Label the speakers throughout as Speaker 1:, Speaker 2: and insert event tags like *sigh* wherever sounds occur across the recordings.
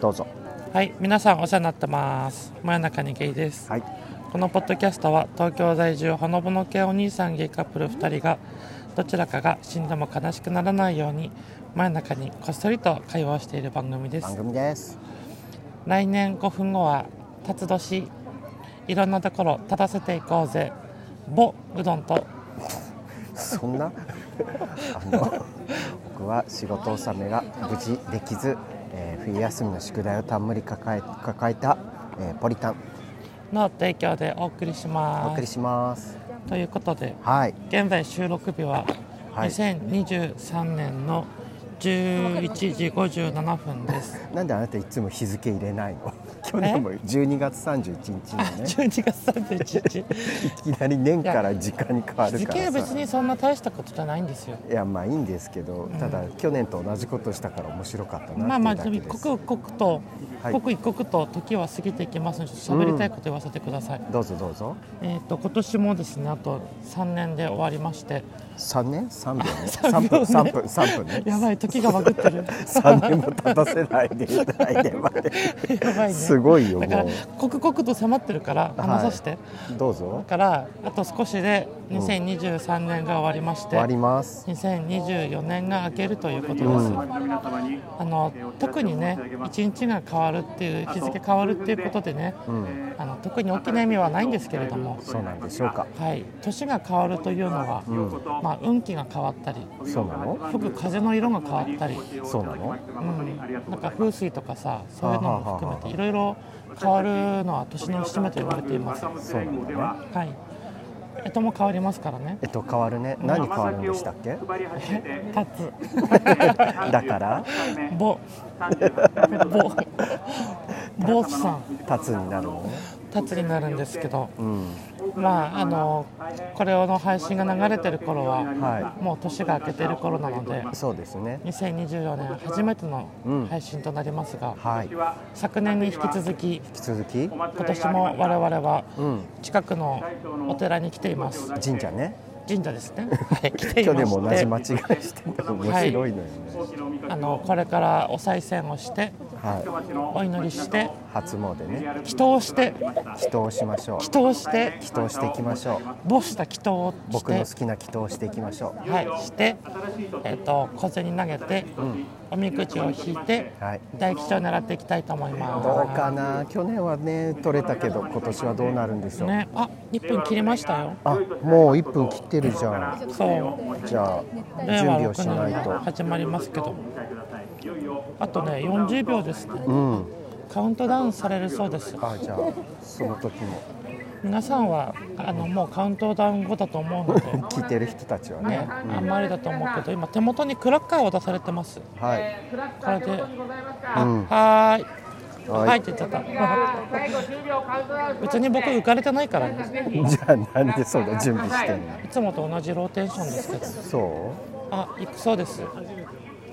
Speaker 1: どうぞ
Speaker 2: はい皆さんお世話になってます真夜中にゲイです、
Speaker 1: はい
Speaker 2: このポッドキャストは東京在住ほのぼの系お兄さんゲイカップル2人がどちらかが死んでも悲しくならないように真夜中にこっそりと会話をしている番組です
Speaker 1: 番組です
Speaker 2: 来年5分後は辰年いろんなところ立たせていこうぜぼうどんと
Speaker 1: そんな *laughs* あの僕は仕事納めが無事できず、えー冬休みの宿題をたんむり抱え抱えた、えーポリタン
Speaker 2: の提供でお送りし
Speaker 1: お
Speaker 2: ま
Speaker 1: 送り
Speaker 2: す
Speaker 1: します
Speaker 2: ということで
Speaker 1: はい
Speaker 2: 現在収録日は
Speaker 1: はい
Speaker 2: 2023年の11時57分です、
Speaker 1: *laughs* なんであなたいつも日付入れないの去年も12月31日のね
Speaker 2: 12月31日
Speaker 1: いきなり年から時間に変わる
Speaker 2: 時
Speaker 1: か
Speaker 2: 期は
Speaker 1: ら
Speaker 2: 別
Speaker 1: さ
Speaker 2: にそんな大したことじゃないんですよ
Speaker 1: いやまあいいんですけど、ただ去年と同じことしたから面白かったなっていう
Speaker 2: まあまあ
Speaker 1: だけ
Speaker 2: 一
Speaker 1: です、
Speaker 2: 刻一刻と、
Speaker 1: はい
Speaker 2: 刻一刻と時は過ぎていきますのでちょっと喋りたいこと言わせてください、
Speaker 1: どうぞどうぞ
Speaker 2: えー、と今年もですねあと3年で終わりまして
Speaker 1: 三年三秒ね
Speaker 2: *laughs*
Speaker 1: 三分三分三分ね
Speaker 2: やばい時がバグっ
Speaker 1: *laughs*
Speaker 2: てる
Speaker 1: 三年も経たせないでいただいてまで
Speaker 2: やばいね
Speaker 1: すごいよ
Speaker 2: だから
Speaker 1: も
Speaker 2: 刻々と迫ってるから話させて、
Speaker 1: うどう
Speaker 2: だ
Speaker 1: ぞ
Speaker 2: からあと少しで2023年が終わりまして、
Speaker 1: 終わります
Speaker 2: 2024年が明けるということです、
Speaker 1: うん
Speaker 2: あの特にね一日が変わるっていう日付変わるっていうことでね
Speaker 1: うん
Speaker 2: あの特に大きな意味はないんですけれども、
Speaker 1: そうなんでしょうか
Speaker 2: はい、年が変わるというのは、まあ、運気が変わったり
Speaker 1: そうなの
Speaker 2: 吹く風の色が変わったり、
Speaker 1: そうなの
Speaker 2: うん、なんか風水とかさそういうのも含めていろいろ変わるのは年の節目と言われていますは
Speaker 1: そうなんだね
Speaker 2: いえとも変わりますからね
Speaker 1: えっと変わるね何変わるんでしたっけ
Speaker 2: 立つ
Speaker 1: だから
Speaker 2: ぼぼぼさん
Speaker 1: 立つになるのね
Speaker 2: 立つになるんですけど
Speaker 1: うん
Speaker 2: まああのこれの配信が流れてる頃は、
Speaker 1: は
Speaker 2: もう年が明けてる頃なので
Speaker 1: いそうですね
Speaker 2: 2024年初めての
Speaker 1: うん
Speaker 2: 配信となりますが、
Speaker 1: はい引
Speaker 2: 昨年に引き続き
Speaker 1: き続き
Speaker 2: 今年も我々は
Speaker 1: うん
Speaker 2: 近くのお寺に来ています
Speaker 1: 神社ね
Speaker 2: 神社ですね、はい、 *laughs* 来てい
Speaker 1: 去
Speaker 2: ま
Speaker 1: 年も同じ間
Speaker 2: し
Speaker 1: 違いしてんだ面白いのよね
Speaker 2: てあのこれからお賽銭をして
Speaker 1: はい
Speaker 2: お祈りして
Speaker 1: 初詣ね
Speaker 2: 祈祷して
Speaker 1: 祈祷しましょう
Speaker 2: 祈祷して
Speaker 1: 祈祷していきましょう
Speaker 2: 母子た祈祷をし
Speaker 1: 僕の
Speaker 2: て
Speaker 1: 好きな祈祷をしていきましょう
Speaker 2: はい、して、えっと小銭投げて、おみくじを引いて、
Speaker 1: はい
Speaker 2: 大吉を狙っていきたいと思います。
Speaker 1: どうかな去年はね取れたけど今年はどうなるんでしょう、
Speaker 2: ね、あ、1分切りましたよ。
Speaker 1: あもう1分切ってるじゃん
Speaker 2: そう、
Speaker 1: じゃあ準
Speaker 2: 令和
Speaker 1: 備をし
Speaker 2: 6
Speaker 1: な
Speaker 2: 年
Speaker 1: い
Speaker 2: が
Speaker 1: と
Speaker 2: 始まりますけど、あとね、40秒ですね。
Speaker 1: うん
Speaker 2: カウントダウンされるそうです。
Speaker 1: あじゃあその時も
Speaker 2: 皆さんはあのもうカウントダウン後だと思うので、
Speaker 1: 聞いてる人たちはね
Speaker 2: ね、あんまりだと思うけど、今手元にクラッカーを出されてます。
Speaker 1: はい
Speaker 2: これで、
Speaker 1: うん
Speaker 2: はーい。
Speaker 1: はい
Speaker 2: はいって言っちゃった。 *laughs* 別に僕浮かれてないからね。
Speaker 1: じゃあなんでそんな準備してんの
Speaker 2: いつもと同じローテーションですけど。
Speaker 1: そ
Speaker 2: あ、行くそうです。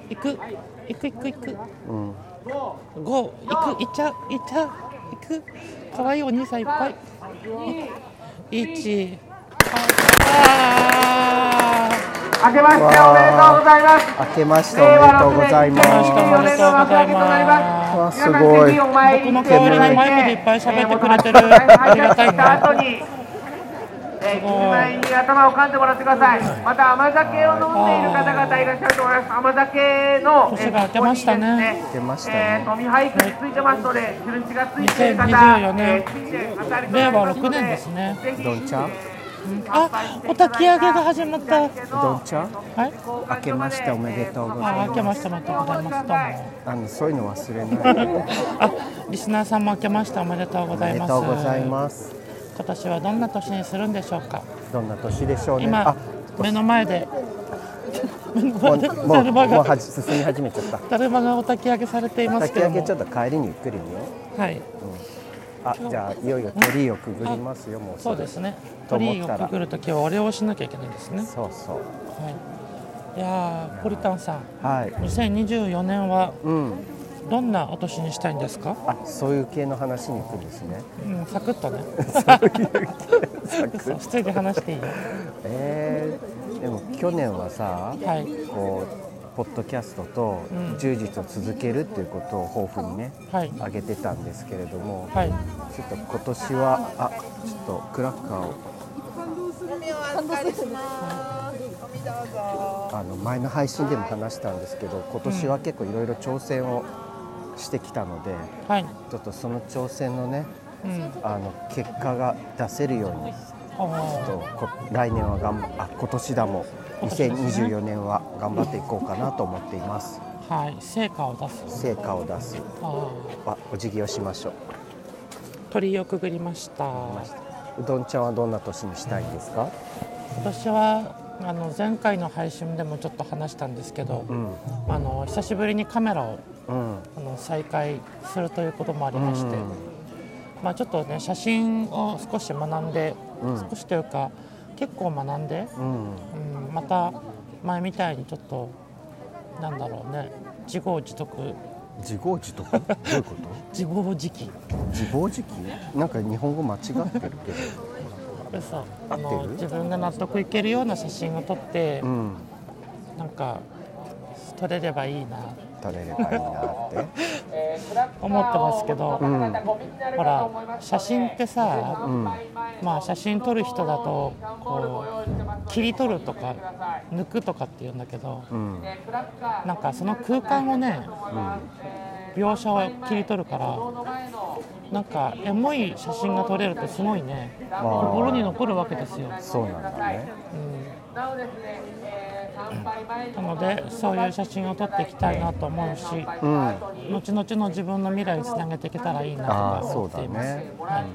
Speaker 2: 行く、行く行く行く。
Speaker 1: ううん
Speaker 2: 五、行く、行っちゃう、行っちゃう、行く。可愛いお兄さんいっぱい。一。あー
Speaker 3: 明けましておめでとうございます。
Speaker 1: 明けましておめでとうございま
Speaker 2: あー、
Speaker 1: す
Speaker 2: おめでとうございます。
Speaker 1: わすごい
Speaker 2: 僕の代わりにマイクでいっぱい喋ってくれてる。ありがたい
Speaker 3: した
Speaker 2: な
Speaker 3: 後。に、えー、一枚に頭を噛んでもらってください。また甘酒を飲んでいる方々いらっしゃると思います。甘酒の、
Speaker 2: 年が明けましたね
Speaker 3: えー
Speaker 1: 明けました
Speaker 3: え
Speaker 1: ね
Speaker 3: ー、富俳句についてますので、印がついている方、
Speaker 2: 2024年
Speaker 3: えーついて語りとな
Speaker 2: 令
Speaker 3: りま
Speaker 2: 和
Speaker 3: す
Speaker 2: 六
Speaker 3: ので
Speaker 2: 年ですね。
Speaker 3: ぜひ
Speaker 1: どんちゃん
Speaker 2: あ、お焚き上げが始まった。は
Speaker 1: どんちゃん
Speaker 2: い。
Speaker 1: 明けましておめでとうござい
Speaker 2: あ、
Speaker 1: ま
Speaker 2: 明
Speaker 1: す
Speaker 2: けましておめでとうございます。どうも。
Speaker 1: あのそういうの忘れないで
Speaker 2: あ、リスナーさんも明けましておめでとうご
Speaker 1: お
Speaker 2: ざ
Speaker 1: め
Speaker 2: い
Speaker 1: で
Speaker 2: ます。
Speaker 1: とうございます
Speaker 2: 今年はどんな年にするんでしょうか。
Speaker 1: どんな年でしょうね
Speaker 2: 今
Speaker 1: あ
Speaker 2: 目の前で目の *laughs*
Speaker 1: もう
Speaker 2: 前で
Speaker 1: も
Speaker 2: だ
Speaker 1: う
Speaker 2: る
Speaker 1: も
Speaker 2: ま
Speaker 1: うは
Speaker 2: が
Speaker 1: じ進み始めちゃった
Speaker 2: だるまがお焚き上げされています
Speaker 1: 炊
Speaker 2: け
Speaker 1: き
Speaker 2: ど
Speaker 1: 上
Speaker 2: も
Speaker 1: げちょっと帰りにゆっくりによ
Speaker 2: はい
Speaker 1: あじゃあいよいよ鳥居をくぐりますよもう
Speaker 2: そうですね
Speaker 1: と思
Speaker 2: 鳥居
Speaker 1: っ
Speaker 2: を
Speaker 1: たら
Speaker 2: くぐるときはお礼をしなきゃいけないですね
Speaker 1: そうそう
Speaker 2: はいいやーポリタンさん
Speaker 1: はい
Speaker 2: 2024年は
Speaker 1: うん
Speaker 2: どんなお年にしたいんですか、
Speaker 1: あそういう系の話に行くんですね
Speaker 2: うん、サクッとね嘘普通に話していいよ
Speaker 1: えー、でも去年はさ
Speaker 2: はい
Speaker 1: こうポッドキャストと
Speaker 2: うん
Speaker 1: 充実を続けるっていうことを抱負にね
Speaker 2: はい
Speaker 1: 挙げてたんですけれども、
Speaker 2: はい
Speaker 1: ちょっと今年はあちょっとクラッカーをあの前の配信でも話したんですけど今年は結構いろいろ挑戦をしてきたので、
Speaker 2: はい
Speaker 1: ちょっとその挑戦のね
Speaker 2: うん
Speaker 1: あの結果が出せるように
Speaker 2: あー
Speaker 1: とこ来年はがんあ今年だも2024年は頑張っていこうかなと思っています
Speaker 2: はい成果を出す
Speaker 1: 成果を出す
Speaker 2: あー
Speaker 1: あお辞儀をしましょう
Speaker 2: 鳥居をくぐりました
Speaker 1: うどんちゃんはどんな年にしたいんですか
Speaker 2: 今年はあの前回の配信でもちょっと話したんですけど、
Speaker 1: うん
Speaker 2: あの久しぶりにカメラを
Speaker 1: うん
Speaker 2: あの再開するということもありまして、
Speaker 1: うん
Speaker 2: まあ、ちょっとね写真を少し学んで、
Speaker 1: うん
Speaker 2: 少しというか結構学んで、
Speaker 1: うん
Speaker 2: うん、また前みたいにちょっとなんだろうね自業自得
Speaker 1: 自業自 *laughs* 得どういうこ
Speaker 2: 自暴自棄
Speaker 1: と自暴自棄なんか日本語間違ってるけ
Speaker 2: 嘘あ
Speaker 1: 合って
Speaker 2: の
Speaker 1: る
Speaker 2: 自分が納得いけるような写真を撮って
Speaker 1: ど、うん
Speaker 2: なんか撮れればいいな
Speaker 1: 取れればいいなって
Speaker 2: 思ってますけど、
Speaker 1: うん
Speaker 2: ほら写真ってさ、
Speaker 1: うん
Speaker 2: まあ写真撮る人だとこう切り取るとか抜くとかっていうんだけど
Speaker 1: *laughs* うん
Speaker 2: なんかその空間をね描写を切り取るからなんかエモい写真が撮れるとすごいね
Speaker 1: あー
Speaker 2: 心に残るわけですよ、
Speaker 1: そうなんだね
Speaker 2: うん、なのでそういう写真を撮っていきたいなと思うし
Speaker 1: うん
Speaker 2: 後々の自分の未来につなげていけたらいいな
Speaker 1: あ
Speaker 2: と
Speaker 1: あ
Speaker 2: か
Speaker 1: そ
Speaker 2: 思
Speaker 1: う
Speaker 2: っ
Speaker 1: だ
Speaker 2: ています、
Speaker 1: ね
Speaker 2: はい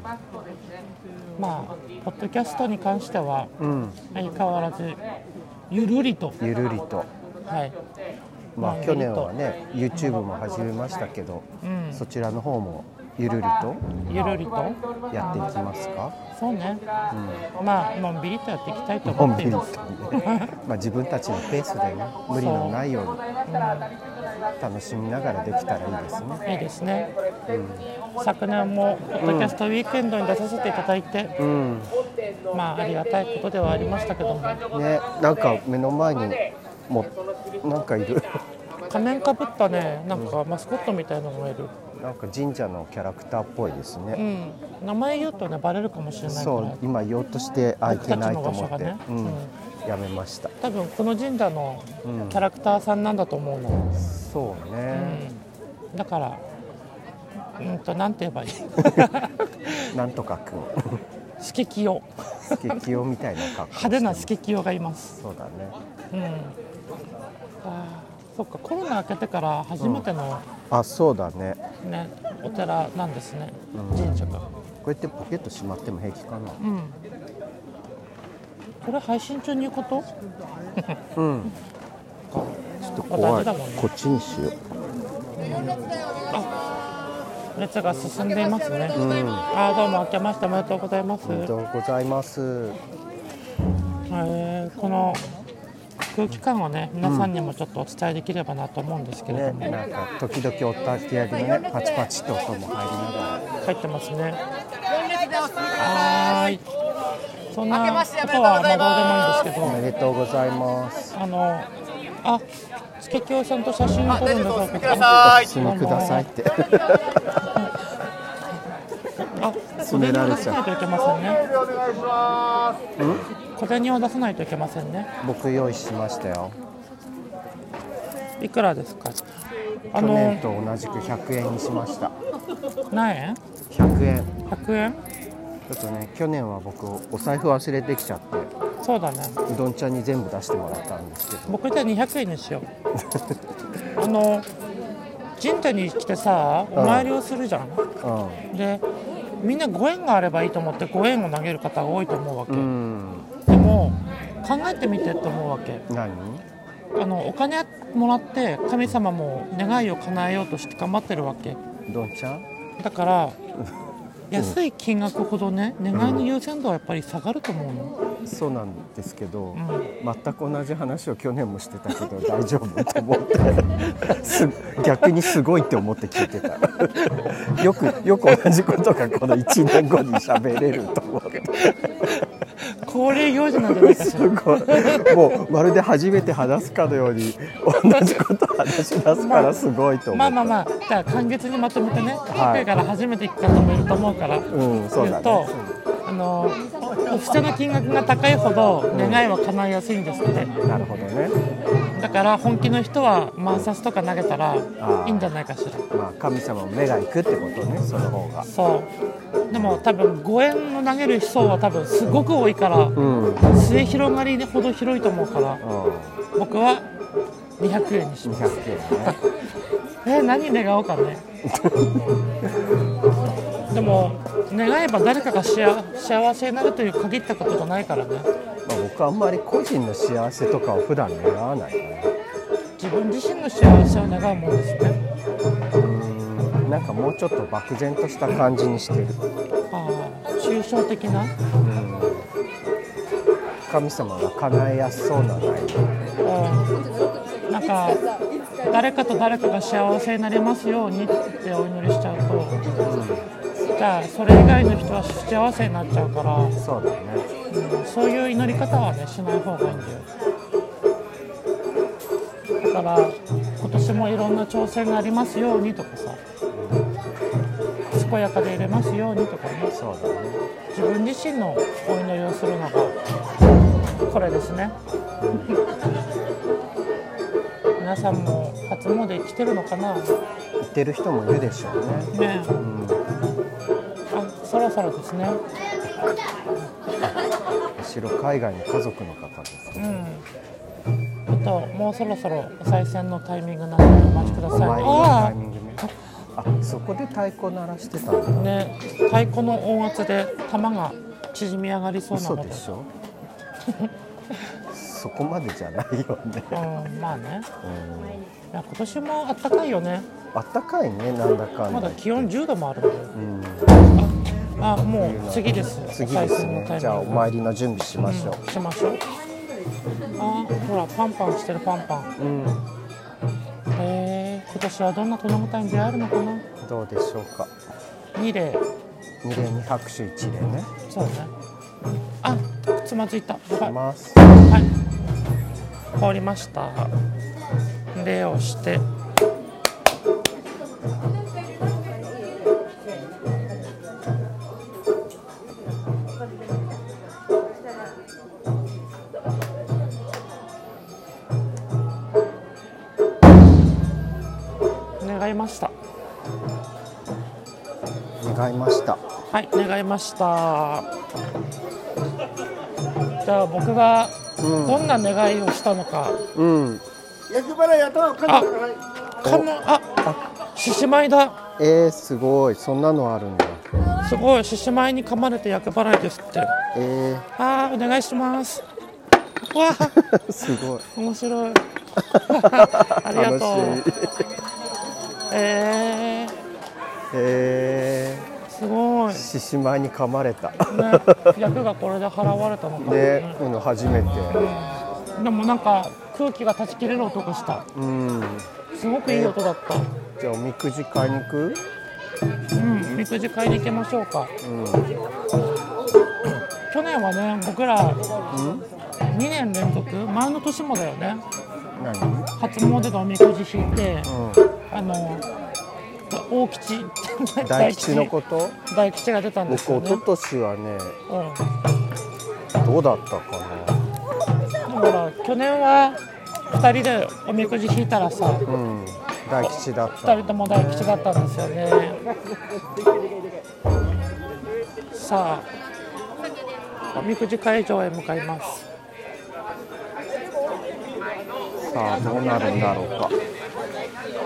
Speaker 2: まあポッドキャストに関しては
Speaker 1: うん
Speaker 2: 相変わらずゆるりと
Speaker 1: ゆるりと
Speaker 2: はい
Speaker 1: ま
Speaker 2: ま
Speaker 1: あ
Speaker 2: あ
Speaker 1: 去年はね YouTube も始めましたけど、
Speaker 2: うん
Speaker 1: そちらの方もゆるりと
Speaker 2: ゆるりと
Speaker 1: やっていきますか
Speaker 2: そうね、まあのんびりとやっていきたいと
Speaker 1: の
Speaker 2: 思
Speaker 1: ん
Speaker 2: って
Speaker 1: び
Speaker 2: い
Speaker 1: り
Speaker 2: ま
Speaker 1: と
Speaker 2: す
Speaker 1: ねまあ自分たちのペースでね無理のないように楽しみながらできたらいいですね
Speaker 2: いいですね、昨年もポッドキャストウィークエンドに出させていただいて、
Speaker 1: うん
Speaker 2: まあありがたいことではありましたけども
Speaker 1: ねなんか目の前にもなんかいる *laughs*
Speaker 2: 仮面かぶったねなんかマスコットみたいなのがいる、
Speaker 1: なんか神社のキャラクターっぽいです
Speaker 2: う
Speaker 1: ね、
Speaker 2: ん、名前言うとねバレるかもしれないか
Speaker 1: そ
Speaker 2: ら
Speaker 1: う今言おうとしてあいけないと思って、
Speaker 2: 僕たちの場所がね
Speaker 1: うん
Speaker 2: う
Speaker 1: やめました
Speaker 2: 多分この神社のキャラクターさんなんだと思うの、
Speaker 1: そう
Speaker 2: う
Speaker 1: ね、
Speaker 2: ん、だからうんとなんて言えばいい *laughs*
Speaker 1: なんとかくん
Speaker 2: スケキヨ
Speaker 1: ス *laughs* ケキヨみたいな格好をして
Speaker 2: 派手なスケキヨがいます
Speaker 1: そうだね
Speaker 2: うんあーそっかコロナ明けてから初めての、
Speaker 1: あそうだね
Speaker 2: ね、お寺なんですね、
Speaker 1: うん
Speaker 2: 神社が
Speaker 1: こうやってポケットしまっても平気かな
Speaker 2: うんこれ配信中に言うこと
Speaker 1: うんちょっと怖い
Speaker 2: まあ大事だもんね
Speaker 1: こっちにしよ
Speaker 2: 熱が進んでいますね、
Speaker 1: ううんあ
Speaker 2: あーどうも明けましておめでとうございます、
Speaker 1: りがとうございます
Speaker 2: えーこの空気感をね皆さんにもちょっとお伝えできればなと思うんですけ
Speaker 1: ね
Speaker 2: れども、
Speaker 1: なんか時々おたき上げのねパチパチと音も入りながら
Speaker 2: 入ってますねは
Speaker 4: は
Speaker 2: ー
Speaker 4: い。
Speaker 2: いそんな
Speaker 4: 明
Speaker 2: こ
Speaker 4: けましておめで
Speaker 2: と
Speaker 4: とうご
Speaker 2: はま
Speaker 4: ざい
Speaker 2: あ
Speaker 4: ます
Speaker 1: おめでとうございます
Speaker 2: どうでもいいんですけどあのあ月京さんと写真を
Speaker 4: あ、
Speaker 2: 撮
Speaker 4: 大
Speaker 2: る
Speaker 4: 丈
Speaker 2: んで
Speaker 4: 夫
Speaker 2: す
Speaker 4: です。お進み
Speaker 2: け
Speaker 4: く
Speaker 2: ど
Speaker 4: ださい。
Speaker 1: 死にくださいって *laughs*
Speaker 2: あ小
Speaker 1: め
Speaker 2: 銭
Speaker 1: ら
Speaker 2: を
Speaker 1: れ
Speaker 2: 出
Speaker 1: ち
Speaker 2: さ
Speaker 1: ゃ
Speaker 2: な
Speaker 1: う
Speaker 2: いといけませんね
Speaker 3: お願いします
Speaker 2: 小銭を出さないといけませんね
Speaker 1: 僕用意しましたよ
Speaker 2: いくらですかあ
Speaker 1: 去
Speaker 2: の
Speaker 1: 年と同じく100円にしました
Speaker 2: 何円
Speaker 1: 100円
Speaker 2: 100円
Speaker 1: ちょっとね去年は僕お財布忘れてきちゃって
Speaker 2: そうだね
Speaker 1: うどんちゃんに全部出してもらったんですけど
Speaker 2: 僕じゃあ200円にしよう *laughs* あの神社に来てさお参りをするじゃん、
Speaker 1: う
Speaker 2: でみんなご縁があればいいと思ってご縁を投げる方が多いと思うわけ、
Speaker 1: ん、うん、
Speaker 2: でも考えてみてって思うわけ
Speaker 1: 何
Speaker 2: あのお金もらって神様も願いを叶えようとして頑張ってるわけ
Speaker 1: どんちゃん
Speaker 2: だから安い金額ほどね願いの優先度はやっぱり下がると思うの、
Speaker 1: そうなんですけど、
Speaker 2: ん
Speaker 1: 全く同じ話を去年もしてたけど大丈夫と思ってす逆にすごいって思って聞いて
Speaker 2: *laughs* *laughs*
Speaker 1: たよくよく同じことがこの1年後に喋れると思って
Speaker 2: 恒例行事なんじゃないかしら
Speaker 1: すごいもうまるで初めて話すかのように同じこと話し出すからすごいと思
Speaker 2: まあ
Speaker 1: う、
Speaker 2: まあまあじゃあ今月にまとめてね今
Speaker 1: い
Speaker 2: 回から初めて聞く方もいると思うから、
Speaker 1: うんそうだね
Speaker 2: 言とあのお布施の金額が高いほど願いは叶いやすいんですって、
Speaker 1: なるほどね
Speaker 2: だから本気の人は万札とか投げたらいいんじゃないかしら
Speaker 1: まあ神様も目が行くってことねその方が
Speaker 2: そうでも多分5円の投げる層は多分すごく多いから
Speaker 1: うん、うん、
Speaker 2: 末広がりほど広いと思うから僕は200円にします
Speaker 1: 200円ね
Speaker 2: えー何願おうかねでも願えば誰かが幸幸せになるという限ったことじゃないからね
Speaker 1: まあ、僕あんまり個人の幸せとかを普段願わないから
Speaker 2: 自分自身の幸せを願うもんですね
Speaker 1: うんなんかもうちょっと漠然とした感じにしてる、
Speaker 2: ああ抽象的な
Speaker 1: うん、神様が叶えやすそうな願い
Speaker 2: うんなんか誰かと誰かが幸せになれますようにってお祈りしちゃうとじゃあそれ以外の人は不幸せになっちゃうから、
Speaker 1: そうだね
Speaker 2: うんそういう祈り方はねしない方がいいんだよだから今年もいろんな挑戦がありますようにとかさ健やかでいれますようにとかね
Speaker 1: そうだね
Speaker 2: 自分自身のお祈りをするのがこれですね *laughs* 皆さんも初詣来てるのかなね
Speaker 1: 言ってる人もいるでしょうね
Speaker 2: えあそろそろですね
Speaker 1: 後ろ海外の家族の方です
Speaker 2: う
Speaker 1: ね、
Speaker 2: んあともうそろそろお賽銭のタイミングなのでお待ちくだ
Speaker 1: お
Speaker 2: さい
Speaker 1: 参りのタ
Speaker 2: あ
Speaker 1: イミングねあそこで太鼓鳴らしてたんだ
Speaker 2: あね太鼓の音圧で玉が縮み上がりそうな
Speaker 1: 嘘
Speaker 2: ので
Speaker 1: でしょそこまでじゃないよね、
Speaker 2: うんまあね
Speaker 1: うん、
Speaker 2: いや今年もあったかいよね
Speaker 1: あったかいねなんだかんだ
Speaker 2: まだ気温10度もあるんだよ
Speaker 1: うん、
Speaker 2: あもう次です
Speaker 1: 次ですねじゃあお参りの準備しましょ
Speaker 2: うんしましょうあーほらパンパンしてるパンパン
Speaker 1: う、うん
Speaker 2: へえ今年はどんな子供たちに出会えるのかな
Speaker 1: どうでしょうか
Speaker 2: 2例
Speaker 1: 二礼二拍手一礼ね
Speaker 2: そうねあつまずいたやばい
Speaker 1: します
Speaker 2: はい凍りました礼をして願いました
Speaker 1: 願いました
Speaker 2: はい願いましたじゃあ僕がどんな願いをしたのか、
Speaker 1: うん
Speaker 4: 厄払い頭をかんでください。
Speaker 2: かのあ獅子舞だ
Speaker 1: えー、すごいそんなのあるんだ
Speaker 2: すごい獅子舞に噛まれて厄払いですってあ
Speaker 1: え
Speaker 2: ーお願いしますうわ
Speaker 1: ー、すごい *laughs*
Speaker 2: 面白い *laughs* ありが
Speaker 1: 楽し
Speaker 2: とう
Speaker 1: い
Speaker 2: え
Speaker 1: え
Speaker 2: ー、すごい、
Speaker 1: ー、獅子舞に噛まれた
Speaker 2: ね、厄がこれで払われたのか、
Speaker 1: で
Speaker 2: ね、
Speaker 1: うん、初めて
Speaker 2: でもなんか空気が断ち切れる音がした
Speaker 1: うん
Speaker 2: すごくいい音だった、
Speaker 1: じゃあおみくじ買いに行く
Speaker 2: うん、みくじ買いに行きましょうか
Speaker 1: うん
Speaker 2: 去年はね僕ら2年連続前の年もだよね
Speaker 1: 何
Speaker 2: 初詣のおみくじ引いて
Speaker 1: う
Speaker 2: あの大吉
Speaker 1: ん大吉のこと
Speaker 2: 大吉が出たんです
Speaker 1: 僕一
Speaker 2: よね、う
Speaker 1: 昨
Speaker 2: ん、
Speaker 1: 年はね
Speaker 2: だ
Speaker 1: どうだったかな
Speaker 2: から去年は2人でおみくじ引いたらさ
Speaker 1: うん大吉だった
Speaker 2: 2人とも大吉だったんですよねさあおみくじ会場へ向かいます
Speaker 1: さあどうなるんだろうか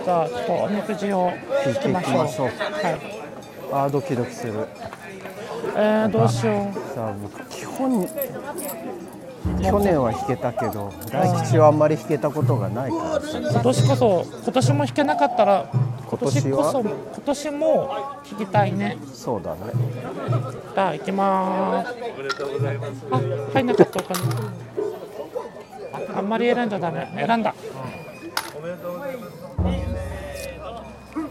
Speaker 2: じゃあちょっとおみくじを
Speaker 1: 引いていきましょう
Speaker 2: はい
Speaker 1: あードキドキする
Speaker 2: えー、どうしよ
Speaker 1: さあ僕基本去年は弾けたけど大吉はあんまり弾けたことがないからさ
Speaker 2: う今年こそ今年も弾けなかったら今
Speaker 1: 今
Speaker 2: 年
Speaker 1: 年
Speaker 2: こ
Speaker 1: は
Speaker 2: そ今年も弾きたいね
Speaker 1: そうだね
Speaker 2: じゃあ行きまーすあ入んなかったお金ああんまり選んじゃダメ選んだ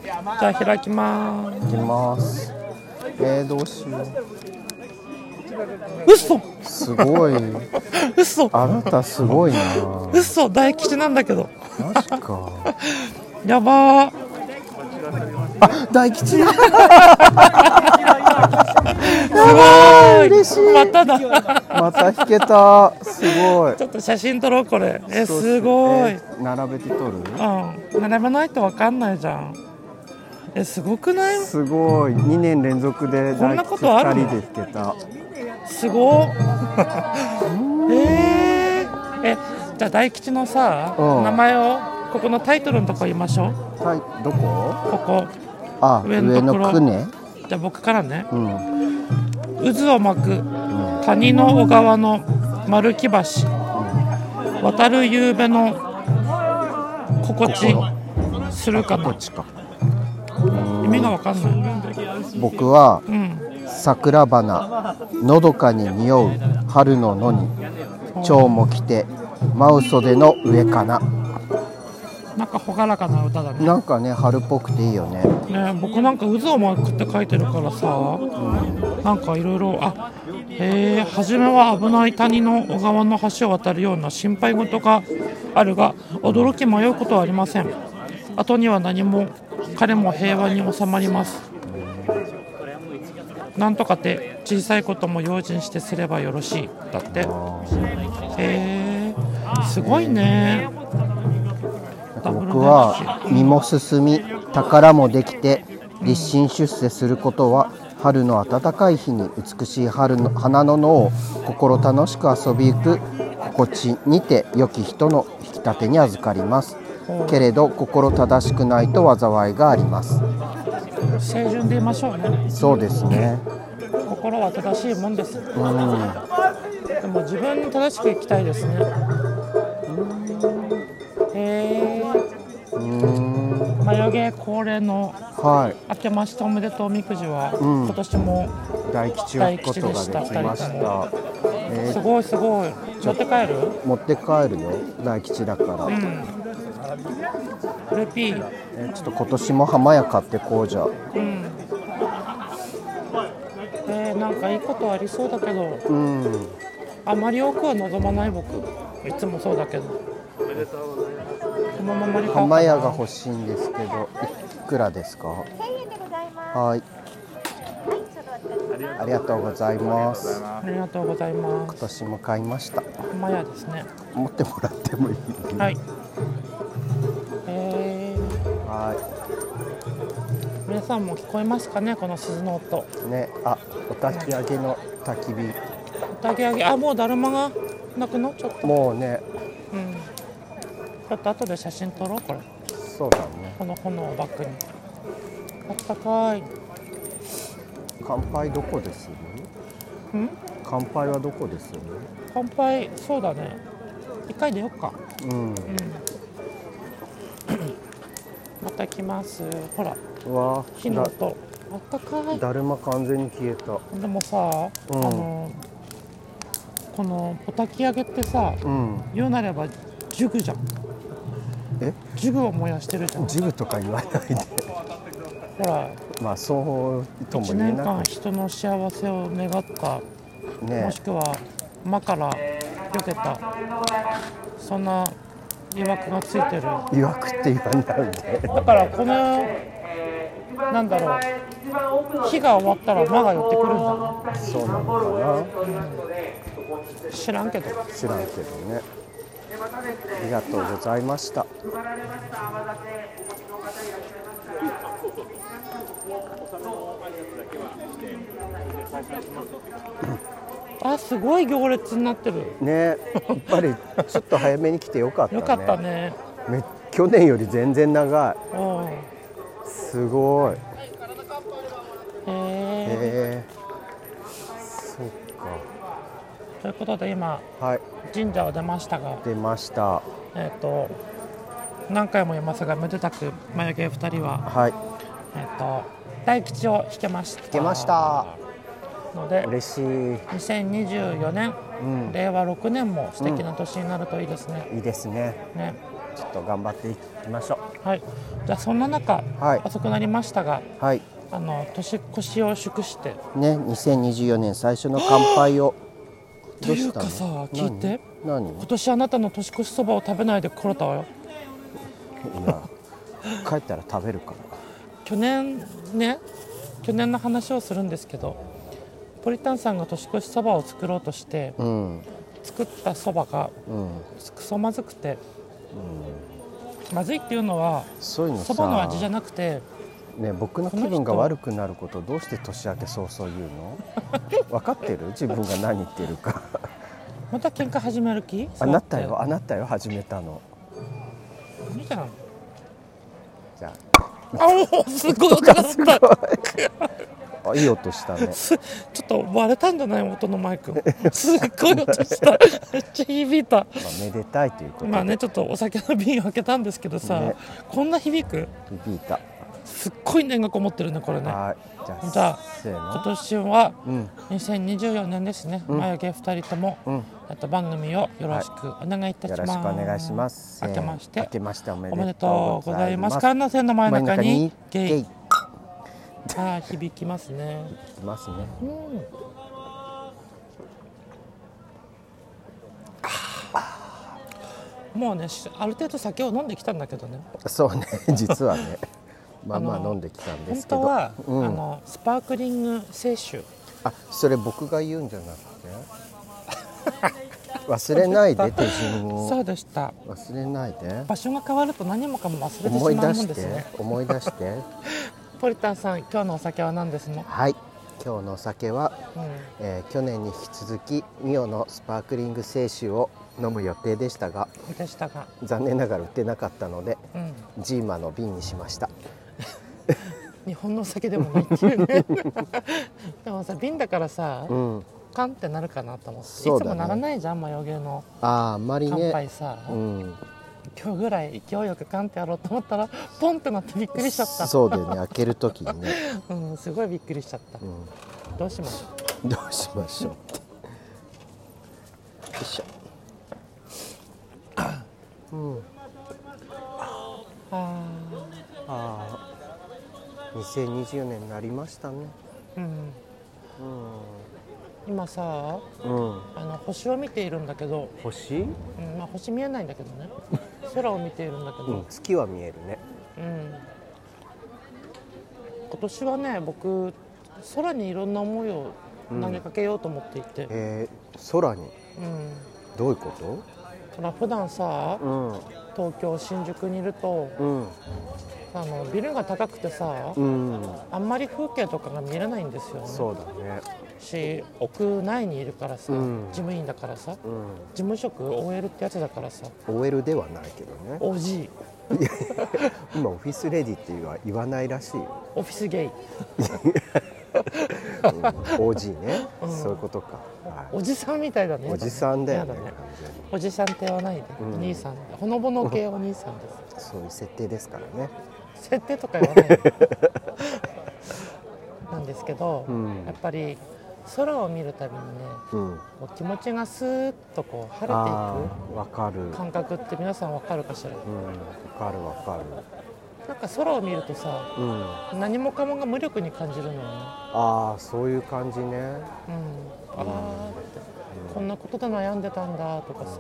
Speaker 2: じゃあ開きまーす
Speaker 1: いきますえー、どうしよう
Speaker 2: 嘘
Speaker 1: すごい *laughs*
Speaker 2: 嘘
Speaker 1: あなたすごいな
Speaker 2: 嘘大吉なんだけど
Speaker 1: マジか
Speaker 2: やばー
Speaker 1: あ大吉だ
Speaker 2: すごーい
Speaker 1: 嬉しい
Speaker 2: まただ
Speaker 1: また弾けたすごい
Speaker 2: ちょっと写真撮ろうこれえすごい
Speaker 1: え並べて撮る
Speaker 2: うん並べないとわかんないじゃんえすごくない
Speaker 1: すごい2年連続で
Speaker 2: こん
Speaker 1: 大
Speaker 2: な
Speaker 1: 吉
Speaker 2: ことあるの
Speaker 1: 2人で弾けた *laughs*
Speaker 2: すごっえー、えじゃあ大吉のさ
Speaker 1: うん
Speaker 2: 名前をここのタイトルのとこ言いましょう
Speaker 1: はいどこ
Speaker 2: ここ
Speaker 1: あ
Speaker 2: 上
Speaker 1: 上
Speaker 2: のところ
Speaker 1: のくね
Speaker 2: じゃあ僕からね
Speaker 1: うん
Speaker 2: 渦を巻く谷の小川の丸木橋渡る夕べの心地するか
Speaker 1: こ
Speaker 2: な
Speaker 1: っちか
Speaker 2: 意味がわかんない
Speaker 1: 僕は
Speaker 2: うん
Speaker 1: 桜花のどかに匂う春の野に蝶も来て真嘘での上かな
Speaker 2: なんか朗らかな歌だね
Speaker 1: なんかね春っぽくていいよね
Speaker 2: ね僕なんか渦を巻くって書いてるからさ、なんかいろいろあへえ初めは危ない谷の小川の橋を渡るような心配事があるが驚き迷うことはありません後には何も彼も平和に収まりますなんとかて小さいことも用心してすればよろしいだってへえすごいね
Speaker 1: なんか僕は身も進み宝もできて立身出世することは春の暖かい日に美しい春の花の野を心楽しく遊びゆく心地にて良き人の引き立てに預かりますけれど心正しくないと災いがあります
Speaker 2: 清純でいましょうね
Speaker 1: そうですね
Speaker 2: 心は正しいもんです
Speaker 1: うん
Speaker 2: でも自分に正しく生きたいですね。へえ、
Speaker 1: うん
Speaker 2: 眉毛恒例の
Speaker 1: はい
Speaker 2: 明けましておめでとうみくじは、
Speaker 1: ん
Speaker 2: 今年も
Speaker 1: 大吉を引くことができました。え
Speaker 2: すごいすごい。持って帰る？
Speaker 1: ー持って帰るよ、大吉だから。
Speaker 2: うん。ルピー、
Speaker 1: えーちょっと今年も浜屋買ってこうじゃ。
Speaker 2: うん。えー、なんかいいことありそうだけど、
Speaker 1: うん。
Speaker 2: あまり多くは望まない僕。いつもそうだけど。このままに買おうかな
Speaker 1: 浜屋が欲しいんですけど、いくらですか。
Speaker 5: 1000円でございます。
Speaker 1: はい、
Speaker 5: はい、ちょっと待ってください。
Speaker 1: ありがとうございます。
Speaker 2: ありがとうございま
Speaker 1: 今
Speaker 2: す。
Speaker 1: 年も買いました。
Speaker 2: マヤですね。
Speaker 1: 持ってもらってもいい。
Speaker 2: はい。えー、
Speaker 1: は
Speaker 2: 皆さんも聞こえますかね、この鈴の音。
Speaker 1: い、ね、あ、お焚き上げの焚き火。
Speaker 2: たき上げ、あ、もうだるまがなくなっちゃった。
Speaker 1: もうね、
Speaker 2: うん。ちょっと後で写真撮ろう、これ。
Speaker 1: そうだね。
Speaker 2: この炎をバックに。あったかい。
Speaker 1: 乾杯どこでする。
Speaker 2: うん。
Speaker 1: 乾杯はどこでする。
Speaker 2: 乾杯、そうだね。一回出よっか。
Speaker 1: うん。
Speaker 2: うん。また来ます。ほら、
Speaker 1: うわ
Speaker 2: 火の音。あったかい。
Speaker 1: だるま完全に消えた。
Speaker 2: でもさ、
Speaker 1: うん
Speaker 2: あの。このお焚き上げってさ、
Speaker 1: うん。
Speaker 2: 言うなれば塾じゃん
Speaker 1: え
Speaker 2: 塾を燃やしてるじゃんほ
Speaker 1: ジグとか言わないで。
Speaker 2: ら
Speaker 1: まあそうとも
Speaker 2: 1
Speaker 1: 言え
Speaker 2: 年
Speaker 1: な
Speaker 2: 間人の幸せを願った
Speaker 1: い
Speaker 2: も
Speaker 1: ね
Speaker 2: し。くは魔から避けたそんな疑惑がついてるだ
Speaker 1: いわくって言わないで。
Speaker 2: からこのなんだろう火が終わったら魔が寄ってくるんじゃ
Speaker 1: そうなのか
Speaker 2: ん知らんけど
Speaker 1: な。知らんけどね。ありがとうございました。
Speaker 2: あすごい行列になってる
Speaker 1: ね、やっぱりちょっと早めに来てよかったね。
Speaker 2: よかったね
Speaker 1: め去年より全然長い。
Speaker 2: うんへ
Speaker 1: すごい。へ
Speaker 2: え
Speaker 1: え。そっ
Speaker 2: ということで今
Speaker 1: か。はい、
Speaker 2: 神社を出ましたが
Speaker 1: 出ました。
Speaker 2: えっ、と何回も言いますがめでたく眉毛2人は、
Speaker 1: はい、
Speaker 2: えっと大吉を引けました
Speaker 1: 出ました。
Speaker 2: ので
Speaker 1: 嬉しい。う
Speaker 2: 2024年
Speaker 1: ん。
Speaker 2: 令和6年も素敵な年になるといいですね,、
Speaker 1: いいですね。
Speaker 2: ね
Speaker 1: ちょっと頑張っていきましょ
Speaker 2: はいじゃあそんな中、
Speaker 1: はい
Speaker 2: 遅くなりましたが
Speaker 1: う。はい。
Speaker 2: あの年越しを祝して
Speaker 1: ね2024年最初の乾杯を
Speaker 2: というかさ
Speaker 1: どうした
Speaker 2: 聞いて
Speaker 1: 何何
Speaker 2: 今年あなたの年越しそばを食べないで来れたわよ
Speaker 1: いや帰ったら食べるから
Speaker 2: 去年ね去年の話をするんですけどポリタンさんが年越しそばを作ろうとして
Speaker 1: うん
Speaker 2: 作ったそばが
Speaker 1: うん
Speaker 2: くそまずくて、まずいっていうのは
Speaker 1: そういうの
Speaker 2: そ
Speaker 1: さ
Speaker 2: ばの味じゃなくて
Speaker 1: ね僕の気分が悪くなることどうして年明け早々言う *laughs* の分かってる自分が何言ってる *laughs* か
Speaker 2: また喧嘩始める気
Speaker 1: あなたよあなたよ始めたの
Speaker 2: みたいな
Speaker 1: じゃ
Speaker 2: あおおすごい音が
Speaker 1: *laughs*
Speaker 2: すごい
Speaker 1: ああいい音したね
Speaker 2: すちょっと割れたんじゃない音のマイク
Speaker 1: *laughs*
Speaker 2: すっごい音しためっちゃ響いた
Speaker 1: まあ、めでたいということで、
Speaker 2: まあねちょっとお酒の瓶を開けたんですけどさ、
Speaker 1: ね
Speaker 2: こんな響く
Speaker 1: 響いた、
Speaker 2: すっごい念がこもってるねこれね
Speaker 1: はいじゃあ
Speaker 2: じゃあ
Speaker 1: せー
Speaker 2: 今
Speaker 1: の
Speaker 2: 年は
Speaker 1: うん
Speaker 2: 2024年ですね、
Speaker 1: ん
Speaker 2: 眉毛二人とも、
Speaker 1: うん
Speaker 2: えっと番組をよろしくお願いいたし
Speaker 1: よ
Speaker 2: ま
Speaker 1: ろ
Speaker 2: す、
Speaker 1: しくお願いします
Speaker 2: 明けまして
Speaker 1: 明けましておめ
Speaker 2: おめで
Speaker 1: で
Speaker 2: と
Speaker 1: と
Speaker 2: う
Speaker 1: う
Speaker 2: ご
Speaker 1: ご
Speaker 2: ざ
Speaker 1: ざ
Speaker 2: い
Speaker 1: い
Speaker 2: ま
Speaker 1: ますす
Speaker 2: 観覧船の真ん中に
Speaker 1: 真ん
Speaker 2: ゲ
Speaker 1: 中
Speaker 2: イ
Speaker 1: にゲ
Speaker 2: ああ響きますね
Speaker 1: イいますね
Speaker 2: うんもうねしある程度酒を飲んできたんだけどね
Speaker 1: そうね *laughs* 実はねまあま
Speaker 2: *laughs* あ
Speaker 1: あ
Speaker 2: の
Speaker 1: 飲んできたんで
Speaker 2: 本
Speaker 1: すけ
Speaker 2: 当
Speaker 1: ど
Speaker 2: は、
Speaker 1: うん、
Speaker 2: あ
Speaker 1: あ
Speaker 2: のスパークリング清酒
Speaker 1: それ僕が言うんじゃなくて *laughs* 忘れないで手順
Speaker 2: そ
Speaker 1: を
Speaker 2: うでした
Speaker 1: 忘れないで
Speaker 2: 場所が変わると何もかも忘れてし
Speaker 1: 思い
Speaker 2: ま
Speaker 1: 出
Speaker 2: うもん
Speaker 1: し
Speaker 2: です
Speaker 1: て
Speaker 2: ね
Speaker 1: 思い出して *laughs*
Speaker 2: ポリタンさん今日のお酒は何ですね、
Speaker 1: はい今日のお酒は、
Speaker 2: うん、
Speaker 1: えー去年に引き続きミオのスパークリング清酒を飲む予定でしたが
Speaker 2: でしたが、
Speaker 1: 残念ながら売ってなかったので
Speaker 2: うん、
Speaker 1: ジーマの瓶にしました
Speaker 2: 日本のお酒でもないっていうね *laughs* でもさ瓶だからさ、
Speaker 1: うん
Speaker 2: カンってなるかなと思って、
Speaker 1: そ
Speaker 2: いうつ
Speaker 1: だね
Speaker 2: もならないじゃんマヨゲの
Speaker 1: あああんまり
Speaker 2: 乾
Speaker 1: ね
Speaker 2: 杯さ、
Speaker 1: うん
Speaker 2: 今日ぐらい勢いよくカンってやろうと思ったらポンってなってびっくりしちゃった
Speaker 1: そうだよね開ける時にね、
Speaker 2: うん、すごいびっくりしちゃった、
Speaker 1: う、
Speaker 2: どうしましょうん
Speaker 1: どうしましょうってよいしょ
Speaker 2: あ
Speaker 1: ああ2020年になりましたね
Speaker 2: ーうん
Speaker 1: うん、
Speaker 2: 今さ
Speaker 1: うん、
Speaker 2: あの星を見ているんだけど、
Speaker 1: 星、
Speaker 2: うんまあ、星見えないんだけどね空を見ているんだけ
Speaker 1: うん
Speaker 2: ど、、
Speaker 1: 月は見えるね
Speaker 2: うん、今年はね僕空にいろんな思いを投げかけようと思っていて、
Speaker 1: えー、空に
Speaker 2: うん、
Speaker 1: どういうこ
Speaker 2: ほら普段さ
Speaker 1: とうん
Speaker 2: 東京新宿にいると
Speaker 1: うん
Speaker 2: あのビルが高くてさ
Speaker 1: うん
Speaker 2: あんまり風景とかが見れないんですよね
Speaker 1: そうだね
Speaker 2: し屋内にいるからさ、
Speaker 1: うん
Speaker 2: 事務員だからさ事
Speaker 1: うん
Speaker 2: 務職 OL ってやつだからさ
Speaker 1: OL ではないけどね
Speaker 2: OG
Speaker 1: 今オフィスレディっていうのは言わないらしいよ、
Speaker 2: オフィスゲイ
Speaker 1: うん、OG ね、
Speaker 2: うん
Speaker 1: そういうことか、はい
Speaker 2: おじさんみたいだね
Speaker 1: おじさんだよね
Speaker 2: や
Speaker 1: 完
Speaker 2: おじさんって言わないで、
Speaker 1: ん
Speaker 2: お兄さんほのぼの系お兄さんで
Speaker 1: 全にそういう設定ですからね
Speaker 2: す設定とか言わないでなんですけど、
Speaker 1: うん
Speaker 2: やっぱり空を見るたびにね
Speaker 1: うん
Speaker 2: こう気持ちがスーッとこう晴れ
Speaker 1: あ
Speaker 2: てい
Speaker 1: あわかるうん
Speaker 2: く感覚って皆さんわかるかしら
Speaker 1: わかるわか
Speaker 2: なんか空を見るとさ
Speaker 1: るうんあ
Speaker 2: 何もかもが無力に感じるのよね
Speaker 1: あそういう感じね
Speaker 2: うんあらーってこんなことで悩んでたんだとかさ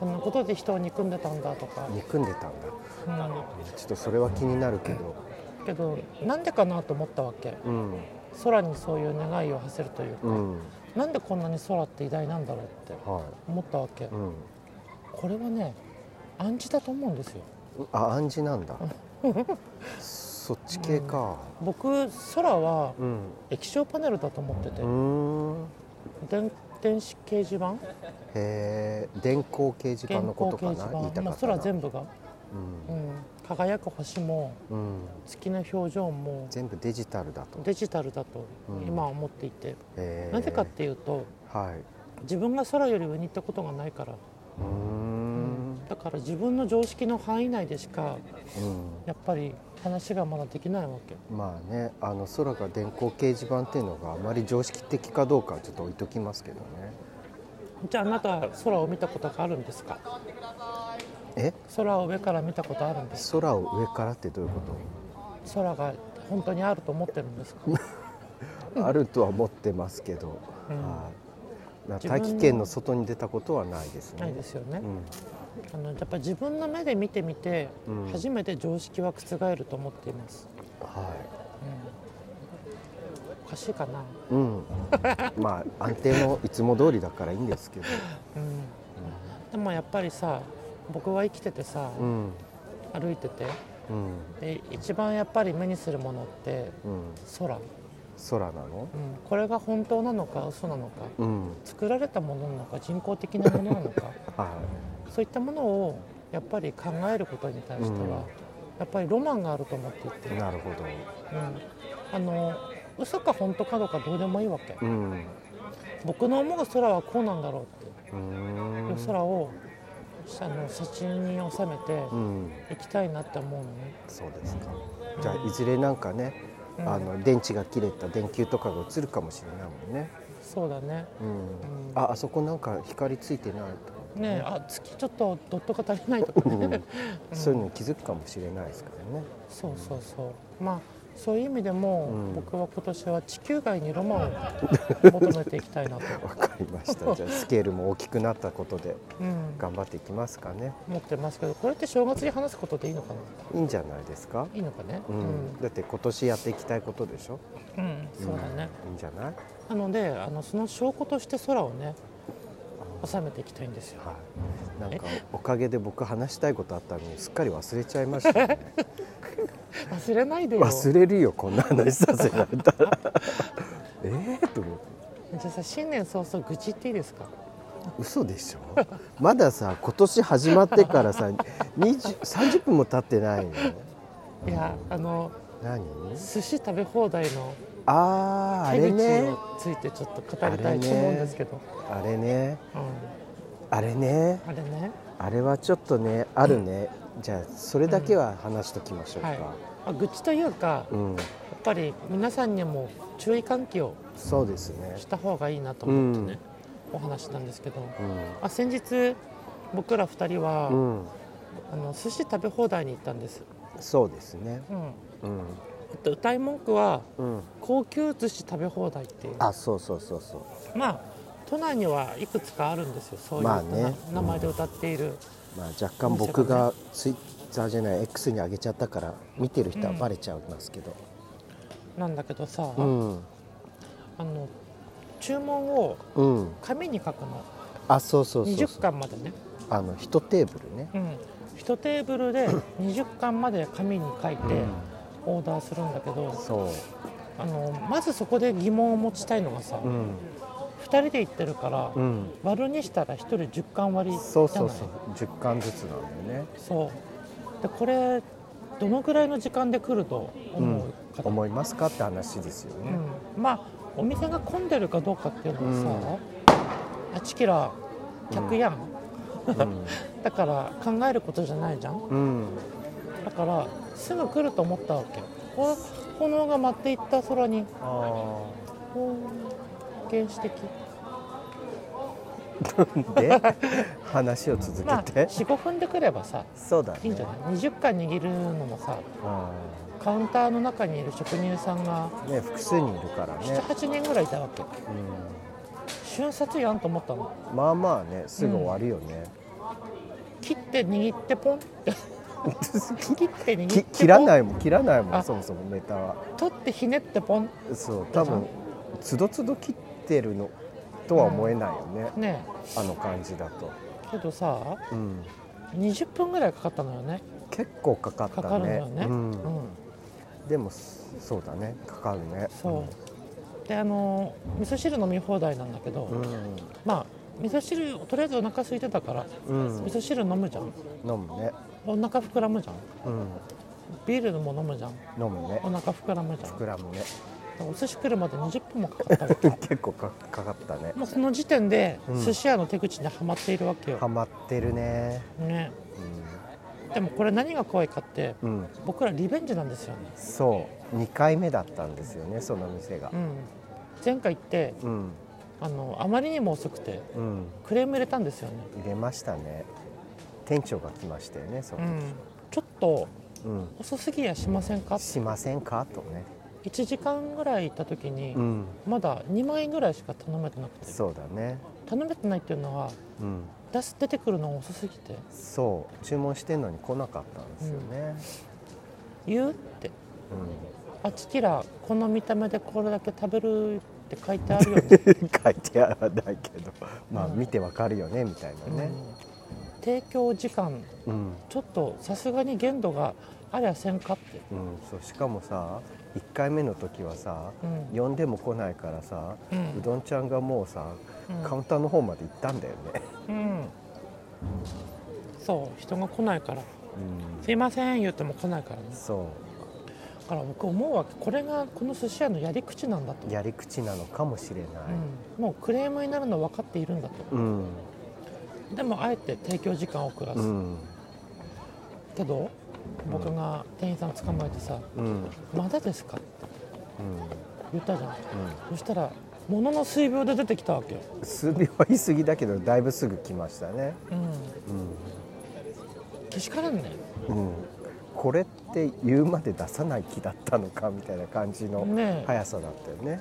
Speaker 2: こんなことで人を憎んでたんだとか、
Speaker 1: 憎んでたんだ
Speaker 2: う
Speaker 1: ちょっとそれは気になるけど
Speaker 2: ん、けどなんでかなと思ったわけ
Speaker 1: うん
Speaker 2: 空にそういう願いを馳せるというか、
Speaker 1: うん
Speaker 2: なんでこんなに空って偉大なんだろうって
Speaker 1: は
Speaker 2: 思ったわけ、
Speaker 1: いうん
Speaker 2: これはね暗示だと思うんですよ
Speaker 1: あ暗示なんだそっち系か
Speaker 2: 僕空は
Speaker 1: うん
Speaker 2: 液晶パネルだと思ってて、
Speaker 1: うーん
Speaker 2: 電電子掲示板
Speaker 1: へえ電光掲示板
Speaker 2: 電
Speaker 1: の
Speaker 2: 光
Speaker 1: ことか
Speaker 2: 掲示
Speaker 1: な
Speaker 2: 板
Speaker 1: 言いた
Speaker 2: も
Speaker 1: か
Speaker 2: う
Speaker 1: ったな
Speaker 2: 空全部が、うん、輝く星も
Speaker 1: うん、うん、
Speaker 2: 月の表情も
Speaker 1: 全部デジタルだと
Speaker 2: デジタルだと
Speaker 1: うん
Speaker 2: 今は思っていて、
Speaker 1: へー
Speaker 2: なぜかっていうと
Speaker 1: はいう
Speaker 2: 自分が空より上に行ったことがないから
Speaker 1: ーん
Speaker 2: だから自分の常識の範囲内でしか
Speaker 1: うん
Speaker 2: やっぱり話がまだできないわけ
Speaker 1: まあねあの空が電光掲示板っていうのがあまり常識的かどうかはちょっと置いときますけどね
Speaker 2: じゃああなたは空を見たことがあるんですか
Speaker 1: え
Speaker 2: 空を上から見たことあるんです
Speaker 1: 空を上からってどういうこと
Speaker 2: 空が本当にあると思ってるんですか
Speaker 1: あるとは思ってますけど、はい、だから大気圏の外に出たことはないです
Speaker 2: ない
Speaker 1: ね
Speaker 2: ですよね、
Speaker 1: うん
Speaker 2: あのやっぱり自分の目で見てみて、
Speaker 1: うん
Speaker 2: 初めて常識は覆ると思っています
Speaker 1: は、
Speaker 2: おかしいかない
Speaker 1: うん、 *laughs* まあ安定もいつも通りだからいいんですけど、
Speaker 2: でもやっぱりさ僕は生きててさ、
Speaker 1: うん、
Speaker 2: 歩いてて
Speaker 1: うん、
Speaker 2: で一番やっぱり目にするものって
Speaker 1: うん、
Speaker 2: 空、うん、
Speaker 1: 空なの？
Speaker 2: これが本当なのか嘘なのか
Speaker 1: うん、
Speaker 2: 作られたものなのか人工的なものな
Speaker 1: *laughs*
Speaker 2: のか
Speaker 1: は
Speaker 2: そういったものをやっぱり考えることに対しては、
Speaker 1: うん
Speaker 2: やっぱりロマンがあると思っていて、
Speaker 1: い、
Speaker 2: うん、
Speaker 1: なるほど、
Speaker 2: あの嘘か本当かどうかどうでもいいわけ、
Speaker 1: うん、
Speaker 2: 僕の思う空はこうなんだろうって
Speaker 1: う
Speaker 2: いう
Speaker 1: ーん、
Speaker 2: 空をあの写真に収めて
Speaker 1: うん、
Speaker 2: 行きたいなって思うのね
Speaker 1: そうですか。じゃあいずれなんかね、あの電池が切れた電球とかが映るかもしれないもんね。
Speaker 2: そうだね
Speaker 1: うん、ああそこなんか光ついてないとか、
Speaker 2: ねえあ月ちょっとドットが足りないとか *laughs* ね、
Speaker 1: そういうのに気づくかもしれないですからね。
Speaker 2: そうそうそうまあそういう意味でも、
Speaker 1: うん
Speaker 2: 僕は今年は地球外にロマンを求めていきたい
Speaker 1: *laughs*
Speaker 2: なと、
Speaker 1: わかりま
Speaker 2: *laughs*
Speaker 1: した。じゃあスケールも大きくなったことで
Speaker 2: うん、
Speaker 1: 頑張っていきますかね。
Speaker 2: 思ってますけどこれって正月に話すことでいいのかない
Speaker 1: いんじゃないですか。
Speaker 2: いいのかね、
Speaker 1: う
Speaker 2: うんん、
Speaker 1: だって今年やっていきたいことでしょ。
Speaker 2: うんそうだね、
Speaker 1: いいんじゃない。
Speaker 2: なのであのその証拠として空をね収めていきたいん
Speaker 1: *laughs*
Speaker 2: ですよ
Speaker 1: はい。なんかおかげで僕話したいことあったのにすっかり忘れちゃいましたね。
Speaker 2: 忘れないでよ
Speaker 1: 忘れるよこんな話させられたら。 *laughs* ええと思って。
Speaker 2: じゃあさ新年早々愚痴っていいですか
Speaker 1: 嘘でしょ。まださ今年始まってからさ20 30分も経ってないの。
Speaker 2: いやあの
Speaker 1: 何？
Speaker 2: 寿司食べ放題の
Speaker 1: あああ
Speaker 2: 手
Speaker 1: れ
Speaker 2: 口
Speaker 1: ね
Speaker 2: に。ついてちょっと語りたいと思うんですけど
Speaker 1: あれね。
Speaker 2: う
Speaker 1: あれね。
Speaker 2: んあれね
Speaker 1: あれはちょっとねあるね。じゃあそれだけは話しときましょうか。
Speaker 2: はいあ愚痴というかやっ
Speaker 1: うん。
Speaker 2: ぱり皆さんにも注意喚起を
Speaker 1: そうですね。
Speaker 2: した方がいいなと思ってね、お話したんですけど、あ先日僕ら2人は、
Speaker 1: うん。うん。
Speaker 2: あの寿司食べ放題に行ったんです、
Speaker 1: そうですね。
Speaker 2: うん
Speaker 1: うん。
Speaker 2: えっと、歌い文句は
Speaker 1: うん。
Speaker 2: 高級寿司食べ放題っていう
Speaker 1: あ、そうそうそうそう。
Speaker 2: まあ都内にはいくつかあるんですよそういう、
Speaker 1: まあね
Speaker 2: な名前で歌っている、
Speaker 1: まあ若干僕がツイッターじゃない X に上げちゃったから見てる人はバレちゃいますけど。
Speaker 2: なんだけどさ、
Speaker 1: うん。
Speaker 2: あの注文を
Speaker 1: うん。
Speaker 2: 紙に書くの
Speaker 1: あ、そうそうそう
Speaker 2: 20
Speaker 1: そう。
Speaker 2: 巻までね
Speaker 1: あの一テーブルね。
Speaker 2: うん1テー
Speaker 1: *laughs*
Speaker 2: ブルで20巻まで紙に書いてオーダーするんだけど
Speaker 1: そ
Speaker 2: あのまずそこで疑問を持ちたいのがさ、
Speaker 1: う。うん。
Speaker 2: 2人で行ってるから、
Speaker 1: うん。
Speaker 2: 割るにしたら1人10巻割りじゃない
Speaker 1: そうそうそう。十巻ずつなんだよね。
Speaker 2: そうでこれどのくらいの時間で来ると思う方、
Speaker 1: 思いますかって話ですよね。
Speaker 2: うんまあお店が混んでるかどうかっていうのはさ、8キロ客やん、だから考えることじゃないじゃん
Speaker 1: うん。
Speaker 2: だからすぐ来ると思ったわけこ炎が舞っていった空に
Speaker 1: ああ。
Speaker 2: ほー原始的
Speaker 1: で話を続
Speaker 2: まあ
Speaker 1: けて。
Speaker 2: 45分で来ればさ
Speaker 1: そうだね。
Speaker 2: いいんじゃない20巻握るのもさ
Speaker 1: あ
Speaker 2: カウンターの中にいる職人さんが
Speaker 1: ーね複数人いるからね。
Speaker 2: 78人ぐらいいたわけ瞬殺やんと思ったの
Speaker 1: うん。まあまあねすぐ終わるよね。
Speaker 2: 切って握ってポンって *laughs*
Speaker 1: *laughs*
Speaker 2: 切って握って
Speaker 1: き
Speaker 2: ポン
Speaker 1: 切らないもん切らないもん
Speaker 2: あ
Speaker 1: そもそもネタは
Speaker 2: 取ってひねってポン
Speaker 1: そう多分つどつど切ってるのとは思えないよね、
Speaker 2: ね
Speaker 1: あの感じだと、
Speaker 2: えけどさ
Speaker 1: うん、
Speaker 2: 20分ぐらいかかったのよね
Speaker 1: 結構かかったね
Speaker 2: かかるのよね
Speaker 1: うん
Speaker 2: うん
Speaker 1: でもそそうだねかかるね
Speaker 2: そうであの味噌汁飲み放題なんだけど、
Speaker 1: うん、
Speaker 2: まあ味噌汁とりあえずお腹空いてたから、
Speaker 1: うん
Speaker 2: 味噌汁飲むじゃん
Speaker 1: 飲むね、
Speaker 2: お腹膨らむじゃん
Speaker 1: うん、
Speaker 2: ビールも飲むじゃん
Speaker 1: 飲むね
Speaker 2: お腹膨らむじゃん
Speaker 1: 膨らむね *laughs*
Speaker 2: お寿司来るまで20分もかかったわけ
Speaker 1: 結構かかかったね
Speaker 2: もうその時点で
Speaker 1: うん
Speaker 2: 寿司屋の手口にはまっているわけ
Speaker 1: ハ
Speaker 2: よ、
Speaker 1: マってるね
Speaker 2: ね、でもこれ何が怖いかって
Speaker 1: うん、うん、
Speaker 2: 僕らリベンジなんですよね、
Speaker 1: そう2回目だったんですよねその店が
Speaker 2: うん、前回行って
Speaker 1: うん
Speaker 2: あのあまりにも遅くて
Speaker 1: うん
Speaker 2: クレーム入れたんですよね、
Speaker 1: 入れましたね店長が来ましたよねその
Speaker 2: う
Speaker 1: 時、
Speaker 2: ん、ちょっと
Speaker 1: うん
Speaker 2: 遅すぎやしませんかって
Speaker 1: しませんかとね
Speaker 2: 1時間ぐらい行った時に、
Speaker 1: うん
Speaker 2: まだ2枚ぐらいしか頼めてなくて
Speaker 1: そうだね
Speaker 2: 頼めてないっていうのは
Speaker 1: うん
Speaker 2: 出す出てくるのが遅すぎて
Speaker 1: そう注文してんのに来なかったんですよね
Speaker 2: 言うって
Speaker 1: うん、
Speaker 2: あちきらこの見た目でこれだけ食べるって書いてあるよ
Speaker 1: *laughs*
Speaker 2: ね
Speaker 1: 書いてはないけどまあ見てわかるよねみたいなね
Speaker 2: 提供時間
Speaker 1: うん、
Speaker 2: ちょっとさすがに限度がありゃせんかって
Speaker 1: うん、そうしかもさ1回目の時はさ、
Speaker 2: うん
Speaker 1: 呼んでも来ないからさ、
Speaker 2: う
Speaker 1: うんどんちゃんがもうさ、
Speaker 2: うん
Speaker 1: カウンターの方まで行ったんだよね、
Speaker 2: うんそう人が来ないから「すいません」言っても来ないからね
Speaker 1: そ
Speaker 2: だから僕思うわけこれがこの寿司屋のやり口なんだと
Speaker 1: うやり口なのかもしれない、
Speaker 2: うん、もうクレームになるの分かっているんだと、
Speaker 1: うん
Speaker 2: でもあえて提供時間を遅らす、
Speaker 1: うん
Speaker 2: けど僕が店員さん捕まえてさ
Speaker 1: うんうん
Speaker 2: 「まだですか?」って言ったじゃん
Speaker 1: う
Speaker 2: そしたら物の水秒で出てきたわけよ、
Speaker 1: ん数秒は言い過ぎだけどだいぶすぐ来ましたね、
Speaker 2: うん、
Speaker 1: う
Speaker 2: けしからんね
Speaker 1: んうん、これって言うまで出さない気だったのかみたいな感じの
Speaker 2: ねえ
Speaker 1: 速さだったよね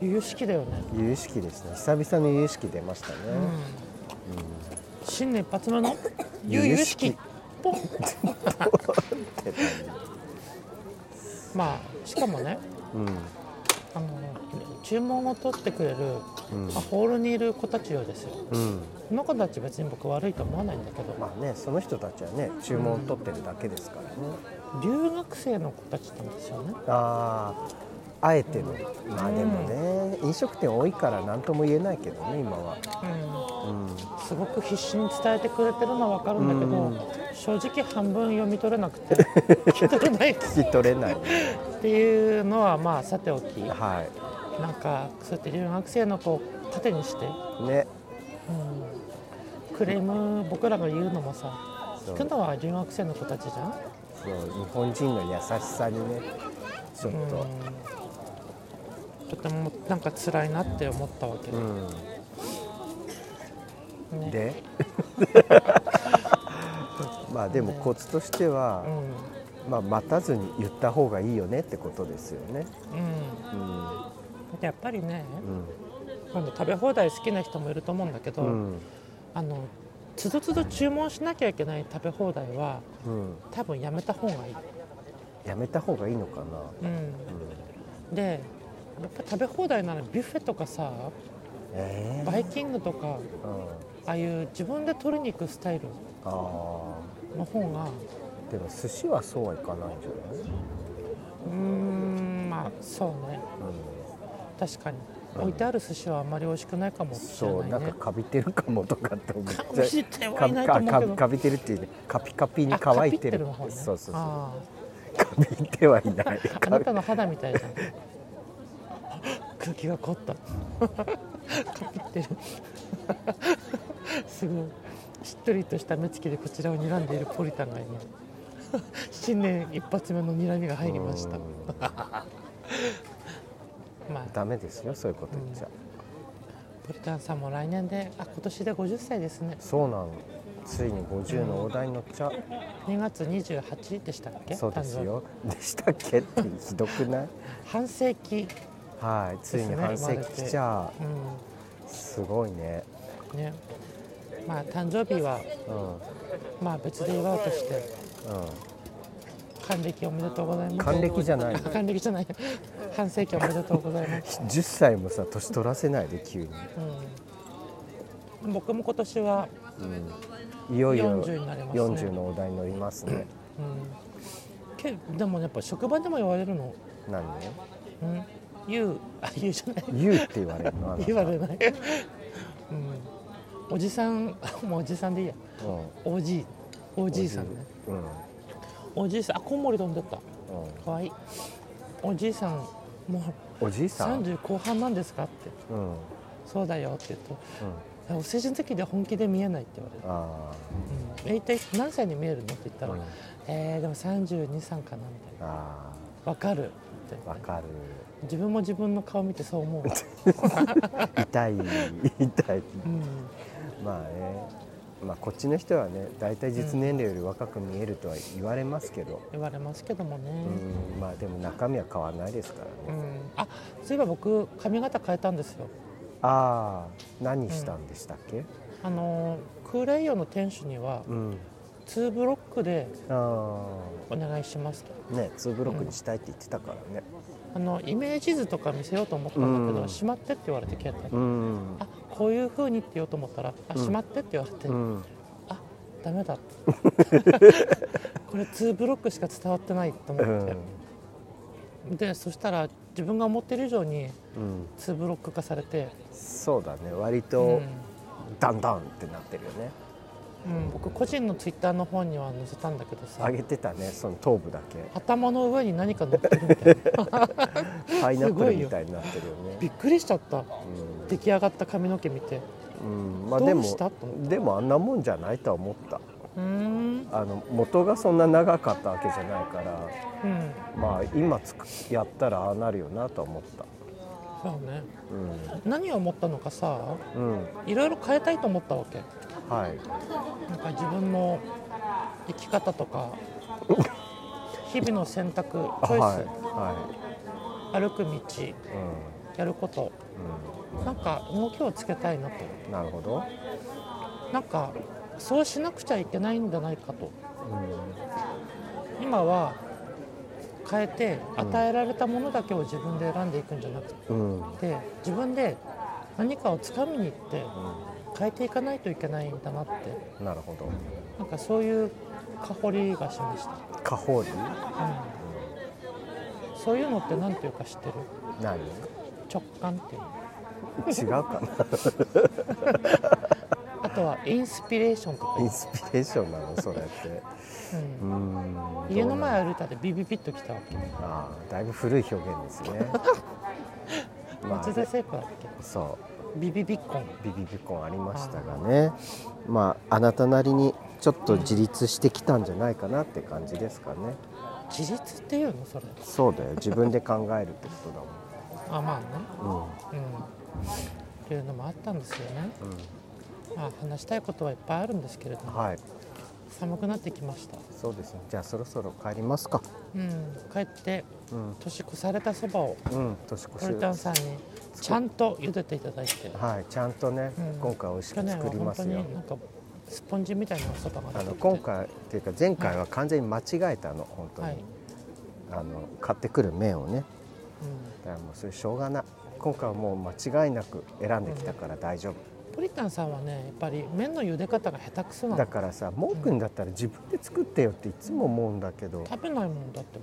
Speaker 2: 由々しきだよね、
Speaker 1: 由々しきですね久々の由々しき出ましたね、
Speaker 2: うん新年一発目の *laughs* 由々しきポンまあしかもね
Speaker 1: うん
Speaker 2: あの注文を取ってくれる、まあホールにいる子たちよですよ
Speaker 1: うん
Speaker 2: この子たち別に僕悪いと思わないんだけど、
Speaker 1: まあねその人たちはね注文を取ってるだけですからね、
Speaker 2: 留学生の子たちなんですよね
Speaker 1: あああえてのまあでもね、飲食店多いから何とも言えないけどね今は、う
Speaker 2: すごく必死に伝えてくれてるのは分かるんだけど、
Speaker 1: うん
Speaker 2: 正直半分読み取れなく *laughs* て聞き取れないっ
Speaker 1: ん、聞き取れないね
Speaker 2: ていうのはまあさておきなん
Speaker 1: は
Speaker 2: かそうやって留学生の子を盾にして、
Speaker 1: いね
Speaker 2: うんクレーム僕らが言うのもさ
Speaker 1: そう
Speaker 2: 聞くのは留学生の子たちじゃん
Speaker 1: そう日本人の優しさにねちょっと
Speaker 2: とてもなんか辛いなって思ったわけ
Speaker 1: うん、
Speaker 2: で、ね
Speaker 1: *laughs* でまあでもコツとして
Speaker 2: う
Speaker 1: は、
Speaker 2: んうん
Speaker 1: まあ、待たずに言った方がいいよねってことですよねうん
Speaker 2: やっぱりね、
Speaker 1: うん
Speaker 2: 今度食べ放題好きな人もいると思うんだけど、
Speaker 1: うん
Speaker 2: あのつどつど注文しなきゃいけない食べ放題は
Speaker 1: うん
Speaker 2: 多分やめた方がいい、
Speaker 1: やめた方がいいのかな
Speaker 2: うん、でやっぱ食べ放題ならビュッフェとかさ
Speaker 1: え
Speaker 2: バイキングとか
Speaker 1: えうん
Speaker 2: ああいう自分で鶏肉スタイル
Speaker 1: ああ
Speaker 2: の方が
Speaker 1: でも寿司はそうはいかないんじゃ
Speaker 2: うーんまあそうね
Speaker 1: ない、
Speaker 2: 確かに置いてある寿司はあんまり美味しくないかもしれ
Speaker 1: そう
Speaker 2: な
Speaker 1: ないん
Speaker 2: ね
Speaker 1: かかびてるかもとかって思っちゃ
Speaker 2: かびてはいないと思うけ
Speaker 1: か
Speaker 2: ど
Speaker 1: かかびてるっていうねカピカピに
Speaker 2: あ
Speaker 1: 乾いてる
Speaker 2: カピっての方ね
Speaker 1: そうそうそうか
Speaker 2: あ
Speaker 1: びてはいない
Speaker 2: *laughs* ーあなたの肌みたいじゃん空気が凝った *laughs* カピってるすごいしっとりとした目つきでこちらを睨んでいるポリタンが今新年一発目の睨みが入りました
Speaker 1: うん
Speaker 2: *laughs* まあ
Speaker 1: ダメですよそういうこと言っちゃ、
Speaker 2: ポリタンさんも来年であ今年で50歳ですね
Speaker 1: そうなのついに50の大台に乗っちゃう、
Speaker 2: 2月28でしたっけ
Speaker 1: そうです
Speaker 2: 誕
Speaker 1: よでしたっけってひどくない
Speaker 2: 生日半世紀
Speaker 1: はいついに半世紀来ちゃ
Speaker 2: う
Speaker 1: うすごいね
Speaker 2: んねまあ誕生日は
Speaker 1: うん
Speaker 2: まあ別で祝うとして還暦おめでとうございます
Speaker 1: 還暦じゃないの
Speaker 2: *laughs* 還暦じゃない半世紀おめでとうございます、
Speaker 1: うん、10歳もさ年取らせないで急に
Speaker 2: うん、僕も今年は、
Speaker 1: いよいよ
Speaker 2: 40になりますね
Speaker 1: 40のお題に乗りますね。
Speaker 2: うん、けでもやっぱ職場でも言われるの
Speaker 1: 何
Speaker 2: 「うん、言う」あ「言う」じゃない
Speaker 1: 言うって言われるの *laughs* あなた
Speaker 2: 言われない、うん、おじさんもうおじさんでいいや
Speaker 1: うん
Speaker 2: おじいおじいさんね
Speaker 1: うん
Speaker 2: おじいさんあコウモリ飛んでっ
Speaker 1: う
Speaker 2: た
Speaker 1: ん
Speaker 2: かわいいおじいさんもう
Speaker 1: おじいさん、うん
Speaker 2: 30後半なんですかって
Speaker 1: うん、
Speaker 2: そうだよって言うといやお世辞の時で本気で見えないって言われ
Speaker 1: あ
Speaker 2: る「え一体何歳に見えるの?」って言ったら「
Speaker 1: うん
Speaker 2: えー、でも32歳かな」みた
Speaker 1: ー
Speaker 2: い
Speaker 1: あ
Speaker 2: な「わかる」って
Speaker 1: ーわかる
Speaker 2: 自分も自分の顔見てそう思う、
Speaker 1: *laughs* 痛い痛い
Speaker 2: うん、
Speaker 1: まあねまあ、こっちの人はね大体実年齢より若く見えるとは言われますけど、
Speaker 2: 言われますけどもね、
Speaker 1: うんまあ、でも中身は変わらないですからね
Speaker 2: うん、あそういえば僕髪型変えたんですよ
Speaker 1: ああ何したんでしたっけ、
Speaker 2: あのークーレイヨンの店主には
Speaker 1: うん
Speaker 2: 2ブロックで
Speaker 1: あ
Speaker 2: お願いしますと
Speaker 1: あねツーブロックにしたいって言ってたからね
Speaker 2: あのイメージ図とか見せようと思ったんだけど、
Speaker 1: うん
Speaker 2: しまってって言われて携帯で、
Speaker 1: うん
Speaker 2: あこういう風にって言おうと思ったらあしまってって言われて、
Speaker 1: うん、
Speaker 2: あダメだってこれ2ブロックしか伝わってないと思
Speaker 1: う
Speaker 2: っ
Speaker 1: ん
Speaker 2: て、でそしたら自分が思ってる以上に
Speaker 1: うん、
Speaker 2: 2ブロック化されて、
Speaker 1: そうだね割
Speaker 2: う
Speaker 1: と
Speaker 2: ん
Speaker 1: ダンダンってなってるよね
Speaker 2: うん僕個人のツイッターの方には載せたんだけどさ
Speaker 1: 上げてたねその頭部だけ
Speaker 2: 頭の上に何か乗ってるみたいな
Speaker 1: パイナップ
Speaker 2: すご
Speaker 1: ル
Speaker 2: いよ
Speaker 1: みたいになってるよね
Speaker 2: *laughs* びっくりしちゃった出来上がった髪の毛見て
Speaker 1: うん、うん、まあ
Speaker 2: どう
Speaker 1: でも
Speaker 2: したと思った
Speaker 1: でもあんなもんじゃないとは思った
Speaker 2: うーん
Speaker 1: あの元がそんな長かったわけじゃないから
Speaker 2: うん
Speaker 1: まあ今つくやったらああなるよなとは思った
Speaker 2: そうね
Speaker 1: う
Speaker 2: 何を思ったのかさ
Speaker 1: ん、うん、
Speaker 2: いろいろ変えたいと思ったわけ
Speaker 1: はい
Speaker 2: なんか自分の生き方
Speaker 1: *laughs*
Speaker 2: とか日々の選択チ
Speaker 1: あ
Speaker 2: ョイス、
Speaker 1: はいは
Speaker 2: 歩く道
Speaker 1: い、う
Speaker 2: やること
Speaker 1: ん
Speaker 2: なんか動きをつけたいなと
Speaker 1: うん、なるほど、
Speaker 2: なんかそうしなくちゃいけないんじゃないかと
Speaker 1: う
Speaker 2: 今は変えて
Speaker 1: うん
Speaker 2: 与えられたものだけを自分で選んでいくんじゃなく
Speaker 1: んうんうん、
Speaker 2: て自分で何かをつかみに行って変えていかないといけないんだなって
Speaker 1: なるほど
Speaker 2: なんかそういう香りがしました、
Speaker 1: カホリ
Speaker 2: うん、そういうのって何ていうか知ってる
Speaker 1: 何
Speaker 2: 直感っていうの
Speaker 1: 違うか
Speaker 2: あとはインスピレーションとか
Speaker 1: なインスピレーションなのそれって
Speaker 2: うん
Speaker 1: うん
Speaker 2: 家の
Speaker 1: どうな
Speaker 2: 前歩いたってビビビッときたわけ
Speaker 1: ああだいぶ古い表現です
Speaker 2: *laughs*
Speaker 1: ねま
Speaker 2: 松田
Speaker 1: あ
Speaker 2: 聖子だっけ
Speaker 1: そう
Speaker 2: ビビビッコン
Speaker 1: ビビビコンありましたがねまああなたなりにちょっと自立してきたんじゃないかなって感じですかね
Speaker 2: 自立っていうのそれ
Speaker 1: そうだよ自分で考えるってことだもん
Speaker 2: あまあね
Speaker 1: うん
Speaker 2: うんっていうのもあったんですよね、
Speaker 1: う
Speaker 2: まあ、話したいことはいっぱいあるんですけれど
Speaker 1: ん、
Speaker 2: も
Speaker 1: はい、
Speaker 2: 寒くなってきました
Speaker 1: そうですね。じゃあそろそろ帰りますか。
Speaker 2: うん帰って
Speaker 1: うん、
Speaker 2: 年越されたそばを
Speaker 1: うん、年越
Speaker 2: トル
Speaker 1: し。
Speaker 2: タンさんにちゃんと茹でていただいて
Speaker 1: はい、ちゃんとね、
Speaker 2: うん
Speaker 1: 今回美味し
Speaker 2: 去
Speaker 1: く
Speaker 2: 年は
Speaker 1: 作り
Speaker 2: 本
Speaker 1: ま
Speaker 2: 当
Speaker 1: すよ
Speaker 2: に。なんかスポンジみたいなおそばが
Speaker 1: あ
Speaker 2: 出て
Speaker 1: の
Speaker 2: きて
Speaker 1: 今回っていうか前回は完全に間違えたの本当に、
Speaker 2: はい、うん、
Speaker 1: あの買ってくる麺をねだからもうそれしょうがない今回はもう間違いなく選んできたから大丈夫、
Speaker 2: ポリタンさんはねやっぱり麺の茹で方が下手くそな
Speaker 1: だ
Speaker 2: の
Speaker 1: からさ文句にだったら自分で作ってよっていつも思うんだけど、
Speaker 2: 食べないもんだって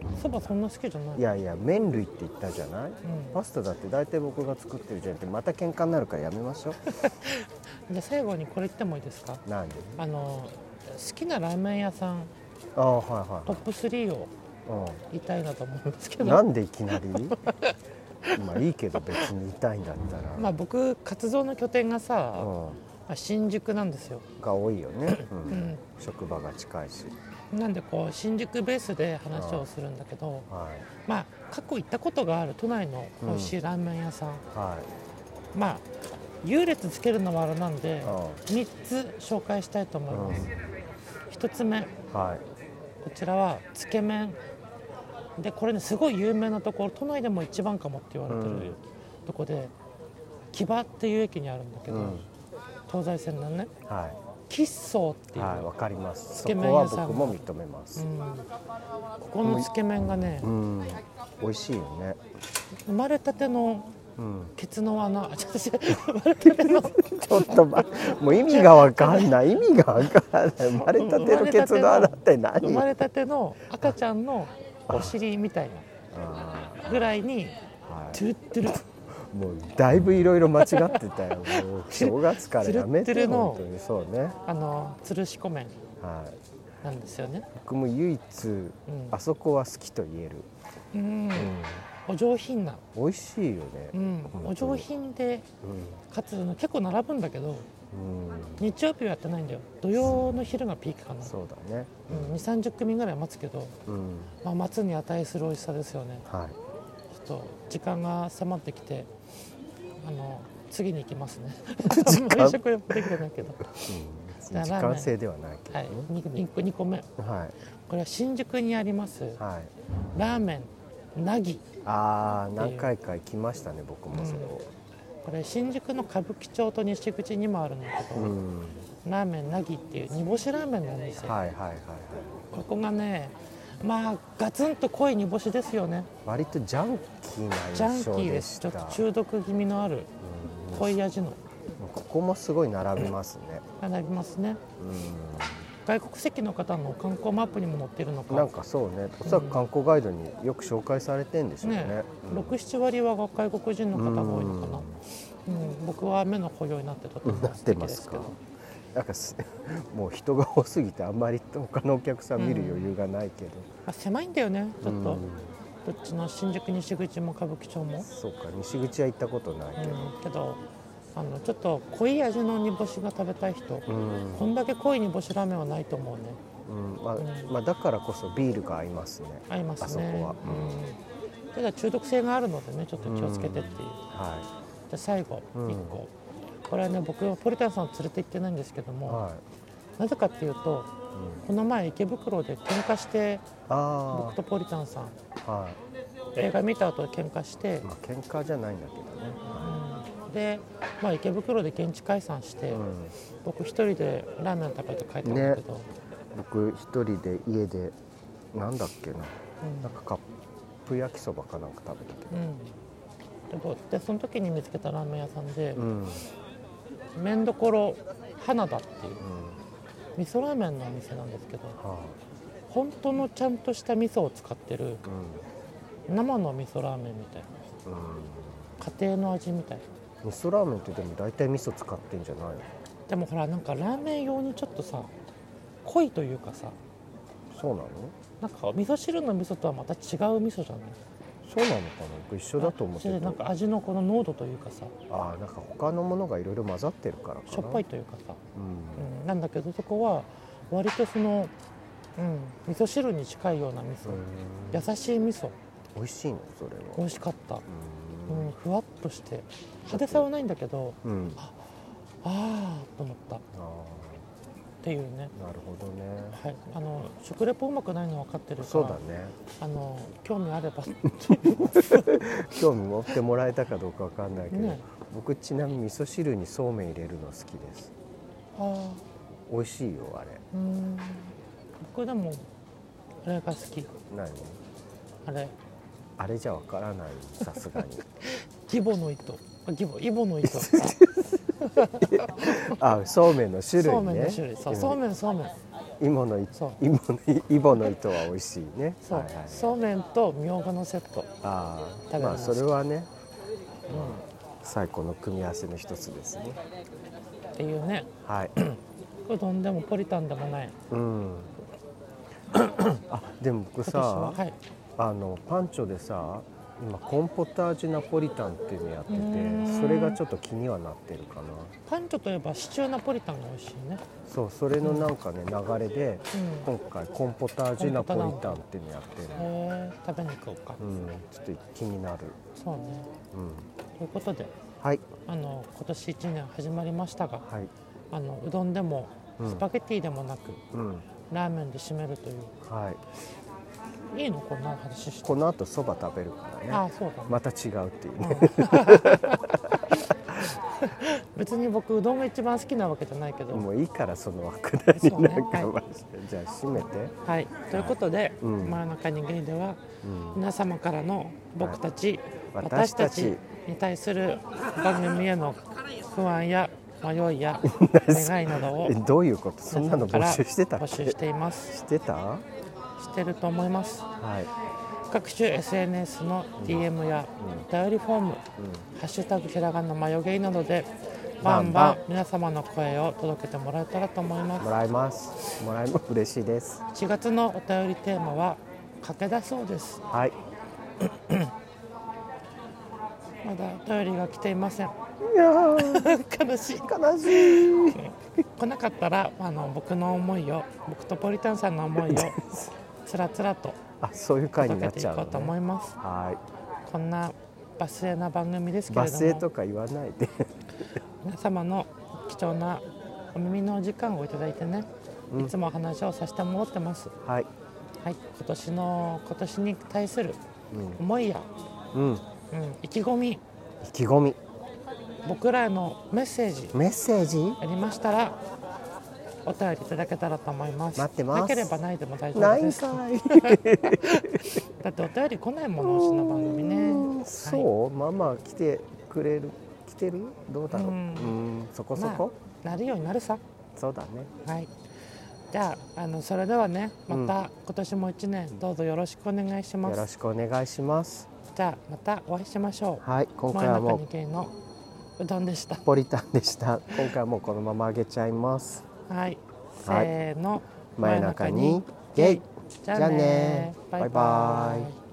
Speaker 2: 僕そばそんな好きじゃない
Speaker 1: いやいや麺類って言ったじゃない、
Speaker 2: ん
Speaker 1: パスタだって大体僕が作ってるじゃんってまた喧嘩になるからやめましょう
Speaker 2: で最後にこれ言ってもいいですか *laughs*
Speaker 1: 何
Speaker 2: あの好きなラーメン屋さん
Speaker 1: ああはいはい
Speaker 2: トップ3を
Speaker 1: うん
Speaker 2: 言いたいなと思うんですけ
Speaker 1: な
Speaker 2: ど
Speaker 1: んでいきなり *laughs* まあいいけど別に痛いんだったら、
Speaker 2: まあ僕活動の拠点がさ、ま
Speaker 1: う
Speaker 2: あ新宿なんですよ、
Speaker 1: ん、が多いよね、う、
Speaker 2: うんん、
Speaker 1: 職場が近いし、
Speaker 2: なんでこう新宿ベースで話をするんだけど
Speaker 1: はい
Speaker 2: まあ過去行ったことがある都内の美味しいラーメン屋さん、
Speaker 1: は
Speaker 2: まあ優劣つけるのはあれなんで
Speaker 1: い、う
Speaker 2: 3つ紹介したいと思います、1つ目
Speaker 1: ん、はい
Speaker 2: こちらはつけ麺でこれねすごい有名なところ都内でも一番かもって言われて
Speaker 1: うん
Speaker 2: るとこで木場っていう駅にあるんだけど、
Speaker 1: うん
Speaker 2: 東西線のね
Speaker 1: は
Speaker 2: 吉荘って
Speaker 1: い
Speaker 2: いう、
Speaker 1: はいわかります
Speaker 2: つ
Speaker 1: そ
Speaker 2: け
Speaker 1: こ
Speaker 2: 麺
Speaker 1: は
Speaker 2: 屋さん
Speaker 1: 僕も認めます
Speaker 2: うんここのつけ麺がね
Speaker 1: うん、美味しいよね
Speaker 2: 生まれたての
Speaker 1: うん
Speaker 2: ケツの穴あ *laughs* ちょっと生まれたての
Speaker 1: ちょっと待ってもう意味がわかんない意味がわからない生まれたてのケツの穴って何
Speaker 2: 生まれたての赤ちゃんのお尻みたい
Speaker 1: あ
Speaker 2: なぐらいに
Speaker 1: ーは
Speaker 2: トゥルットゥル
Speaker 1: い、もうだいぶいろいろ間違ってたよもう正月からやめ
Speaker 2: つるってつるの
Speaker 1: 本当にそうね
Speaker 2: あのつるしこ麺
Speaker 1: はい
Speaker 2: なんですよね、
Speaker 1: 僕も唯一
Speaker 2: うん
Speaker 1: あそこは好きと言える、
Speaker 2: うん、
Speaker 1: う
Speaker 2: お上品な、
Speaker 1: ん、美味しいよね
Speaker 2: うん
Speaker 1: 本当、に
Speaker 2: お上品でかつ結構並ぶんだけど
Speaker 1: うん、うん、
Speaker 2: 日曜日はやってないんだよ土曜の昼がピークかな、
Speaker 1: そうだね
Speaker 2: うん、2 3 0組ぐらい待つけど、
Speaker 1: うん、
Speaker 2: まあ、待つに値する美味しさですよね
Speaker 1: はい
Speaker 2: ちょっと時間が迫ってきて
Speaker 1: *laughs*
Speaker 2: あの次に行きますねあんまり食レポできてないけど、じゃあ
Speaker 1: 時
Speaker 2: ラーメン
Speaker 1: 間制ではないけど
Speaker 2: はい
Speaker 1: ね、
Speaker 2: 2, 個二個目
Speaker 1: はい
Speaker 2: これは新宿にあります
Speaker 1: はい
Speaker 2: ラーメンなぎ
Speaker 1: ああ何回か行きましたね僕もそこ、
Speaker 2: これ新宿の歌舞伎町と西口にもあるんだけど、
Speaker 1: うん、
Speaker 2: ラーメンなぎっていう煮干しラーメンなんですよ、
Speaker 1: はいはいはいはい
Speaker 2: ここがねまあガツンと濃い煮干しですよね
Speaker 1: 割とジャンキーな
Speaker 2: ジャ
Speaker 1: 印
Speaker 2: ンキ
Speaker 1: 象
Speaker 2: ーで
Speaker 1: ですし
Speaker 2: ちょ
Speaker 1: た
Speaker 2: っと中毒気味のある濃い味の
Speaker 1: ここもすごい並びますね、
Speaker 2: 並びますね外国籍の方の観光マップにも載ってるの
Speaker 1: う
Speaker 2: か
Speaker 1: ん、なんかそうねおそらく観光ガイドによく紹介されてんでしょうね
Speaker 2: ね
Speaker 1: うん
Speaker 2: 67割は外国人の方が多いのかな、うん、僕は目の保養になってとても
Speaker 1: なっ
Speaker 2: 素
Speaker 1: て
Speaker 2: 敵
Speaker 1: ま
Speaker 2: ですすけ
Speaker 1: か
Speaker 2: ど
Speaker 1: なんかすもう人が多すぎてあんまり他のお客さん見る余裕がないけど、
Speaker 2: あ狭いんだよねちょっと、
Speaker 1: うん
Speaker 2: どっちの新宿西口も歌舞伎町も、
Speaker 1: そうか西口は行ったことないけど、
Speaker 2: うん、けどあのちょっと濃い味の煮干しが食べたい人、
Speaker 1: うん
Speaker 2: こんだけ濃い煮干しラーメンはないと思うね
Speaker 1: うんまあまあ、だからこそビールが合いますね
Speaker 2: 合いますね
Speaker 1: あそこは、うん
Speaker 2: うんただ中毒性があるのでねちょっと気をつけてっていう、
Speaker 1: は
Speaker 2: で最後
Speaker 1: ん
Speaker 2: 1個、これはね僕はポリタンさんを連れて行ってないんですけど
Speaker 1: い
Speaker 2: も、
Speaker 1: はい
Speaker 2: なぜかっていうと、この前池袋で喧嘩して
Speaker 1: あ
Speaker 2: 僕とポリタンさん
Speaker 1: あはい
Speaker 2: 映画見た後喧嘩して、
Speaker 1: まあ喧嘩じゃないんだけどね、
Speaker 2: で、まあ、池袋で現地解散して、僕一人でラーメン食べて帰ったんだけど、
Speaker 1: 僕一人で家でなんだっけな、
Speaker 2: うん
Speaker 1: なんかカップ焼きそばかなんか食べたけど、
Speaker 2: うんでぼでその時に見つけたラーメン屋さんで
Speaker 1: うん
Speaker 2: 麺どころ花田っていう味噌ラーメンのお店なんですけど
Speaker 1: は
Speaker 2: 本当のちゃんとした味噌を使ってる
Speaker 1: あ、うん
Speaker 2: 生の味噌ラーメンみたいな
Speaker 1: うん
Speaker 2: 家庭の味みたいな
Speaker 1: 味噌ラーメンってでも大体味噌使ってんじゃないの
Speaker 2: でもほらなんかラーメン用にちょっとさ濃いというかさ
Speaker 1: そうなの
Speaker 2: なんか味噌汁の味噌とはまた違う味噌じゃない
Speaker 1: そうなのかな僕一緒だと思って
Speaker 2: それ
Speaker 1: た
Speaker 2: でなんか味のこの濃度というかさ
Speaker 1: ああなんか他のものがいろいろ混ざってるからかな
Speaker 2: しょっぱい、というかさ、
Speaker 1: うん
Speaker 2: うん、なんだけどそこは割とその、うん、味噌汁に近いような味噌、
Speaker 1: うん
Speaker 2: 優しい味噌
Speaker 1: 美味しいのそれ
Speaker 2: 美
Speaker 1: は
Speaker 2: 味しかった、うん、ふわっとして派手さはないんだけど
Speaker 1: うん、うん、
Speaker 2: ああと思ったっ
Speaker 1: あ
Speaker 2: ていうね
Speaker 1: あなるほどね
Speaker 2: はい、あの食レポうまくないの分かってるから
Speaker 1: そうだね
Speaker 2: あの興味
Speaker 1: *laughs*
Speaker 2: あれば
Speaker 1: 興味持ってもらえたかどうかわかんないけど、
Speaker 2: ね
Speaker 1: 僕ちなみに味噌汁にそうめん入れるの好きです
Speaker 2: ああ
Speaker 1: 美味しいよあれ
Speaker 2: うん僕でもあれが好き
Speaker 1: 何
Speaker 2: あれ
Speaker 1: あれじゃわからないさす
Speaker 2: *laughs*
Speaker 1: がに
Speaker 2: 義母の糸あ義母イボの糸
Speaker 1: あそうめんの *laughs* 種類ね
Speaker 2: そうめんの種類そうそうめんそうめん
Speaker 1: 芋の
Speaker 2: そう
Speaker 1: 芋の芋の糸は美味しいね
Speaker 2: そう、
Speaker 1: はいはい、
Speaker 2: そうめんとみょうがのセット
Speaker 1: あ
Speaker 2: 食
Speaker 1: あ
Speaker 2: べ
Speaker 1: ま
Speaker 2: ま
Speaker 1: あ
Speaker 2: す
Speaker 1: それはね、最高の組み合わせの一つですね
Speaker 2: っていうね
Speaker 1: はいう
Speaker 2: どんでもポリタンでもない
Speaker 1: うんあでも僕
Speaker 2: 今年は
Speaker 1: さ、
Speaker 2: はい
Speaker 1: あのパンチョでさ今コーンポタージュナポリタンっていうのやって
Speaker 2: ん
Speaker 1: てそれがちょっと気にはなってるかな
Speaker 2: パンチョといえばシチューナポリタンが美味しいね
Speaker 1: そうそれのなんかね流れで、
Speaker 2: う
Speaker 1: 今回コーンポタージュナポリタンっていうのやってる
Speaker 2: へえ食べに行こうか、
Speaker 1: うんちょっと気になる、
Speaker 2: そうね
Speaker 1: うん、
Speaker 2: ということで
Speaker 1: はい
Speaker 2: あの今年1年始まりましたが
Speaker 1: はい
Speaker 2: あのうどんでも
Speaker 1: うん
Speaker 2: スパゲッティでもなく、
Speaker 1: うん
Speaker 2: ラーメンで締めるという
Speaker 1: はい
Speaker 2: いいのこんな話して
Speaker 1: この後そば食べるからね
Speaker 2: ああそうだね、
Speaker 1: また違うっていうね、
Speaker 2: 別に僕うどんが一番好きなわけじゃないけど、
Speaker 1: *laughs* もういいからその枠内になんか
Speaker 2: そうねは
Speaker 1: まして、じゃあ閉めて
Speaker 2: はい、ということで「
Speaker 1: うん
Speaker 2: 真夜中にゲイ」では、
Speaker 1: うん
Speaker 2: 皆様からの僕たち、
Speaker 1: はい
Speaker 2: 私たち
Speaker 1: 私
Speaker 2: に対する番組への不安や迷
Speaker 1: *laughs*
Speaker 2: いや願いなどを
Speaker 1: えどういうことそんなの募集してたっ
Speaker 2: 募
Speaker 1: け
Speaker 2: 集しています
Speaker 1: してたは
Speaker 2: してると思います
Speaker 1: い
Speaker 2: 各種 SNS の DM やお便りフォーム、ハッシュタグひらがな眉毛などでバンバン皆様の声を届けてもらえたらと思い
Speaker 1: も
Speaker 2: ま
Speaker 1: らいますもらえも嬉しいです
Speaker 2: す4月のお便りテーマは駆け出そうです
Speaker 1: はい
Speaker 2: まだお便りが来ていません *laughs*
Speaker 1: いやー
Speaker 2: 悲しい
Speaker 1: 悲しい
Speaker 2: 来なかったらあの僕の思いを僕とポリタンさんの思いをつらつらと
Speaker 1: あそういう回に
Speaker 2: 届
Speaker 1: な
Speaker 2: け
Speaker 1: ってち
Speaker 2: い
Speaker 1: ゃう
Speaker 2: こ
Speaker 1: の、
Speaker 2: うと思い
Speaker 1: ね、
Speaker 2: ます
Speaker 1: はい
Speaker 2: こんなバスへな番組ですけれ
Speaker 1: 罵
Speaker 2: ど
Speaker 1: 声
Speaker 2: も
Speaker 1: とか言わないで
Speaker 2: 皆様の貴重なお耳のお時間をいただいてね、
Speaker 1: うん
Speaker 2: いつもお話をさせてもらってます。
Speaker 1: はい
Speaker 2: はい、今年の今年に対する
Speaker 1: う
Speaker 2: 思いや、
Speaker 1: ん、うん、意
Speaker 2: うん、意気込み、
Speaker 1: 気込み
Speaker 2: 僕らへのメッセージ
Speaker 1: メッセージ
Speaker 2: ありましたらお便りいただけたらと思います。
Speaker 1: 待ってます
Speaker 2: なければないでも大丈
Speaker 1: な
Speaker 2: 夫
Speaker 1: い
Speaker 2: で
Speaker 1: ん
Speaker 2: す。だ
Speaker 1: かい
Speaker 2: ってお便り来ないものうちの番組ね。
Speaker 1: そうまあまあ来てくれる来てるどうだろうう
Speaker 2: うんん
Speaker 1: そこそこ、
Speaker 2: なるようになるさ。
Speaker 1: そうだね
Speaker 2: はい。じゃああのそれではねまた、今年も一年どうぞよろしくお願いしま
Speaker 1: よろ
Speaker 2: す。
Speaker 1: しくお願いします
Speaker 2: じゃあまたお会いしましょう。
Speaker 1: はい今
Speaker 2: 真
Speaker 1: 回
Speaker 2: ん
Speaker 1: は
Speaker 2: 中
Speaker 1: も
Speaker 2: に
Speaker 1: う
Speaker 2: 系のうどんでした。
Speaker 1: ポリタンでした今回はもうこのままあげちゃいます
Speaker 2: はい。せ
Speaker 1: はい
Speaker 2: ーの。
Speaker 1: 真夜中にゲイ
Speaker 2: じゃあね
Speaker 1: じゃあねバイバイ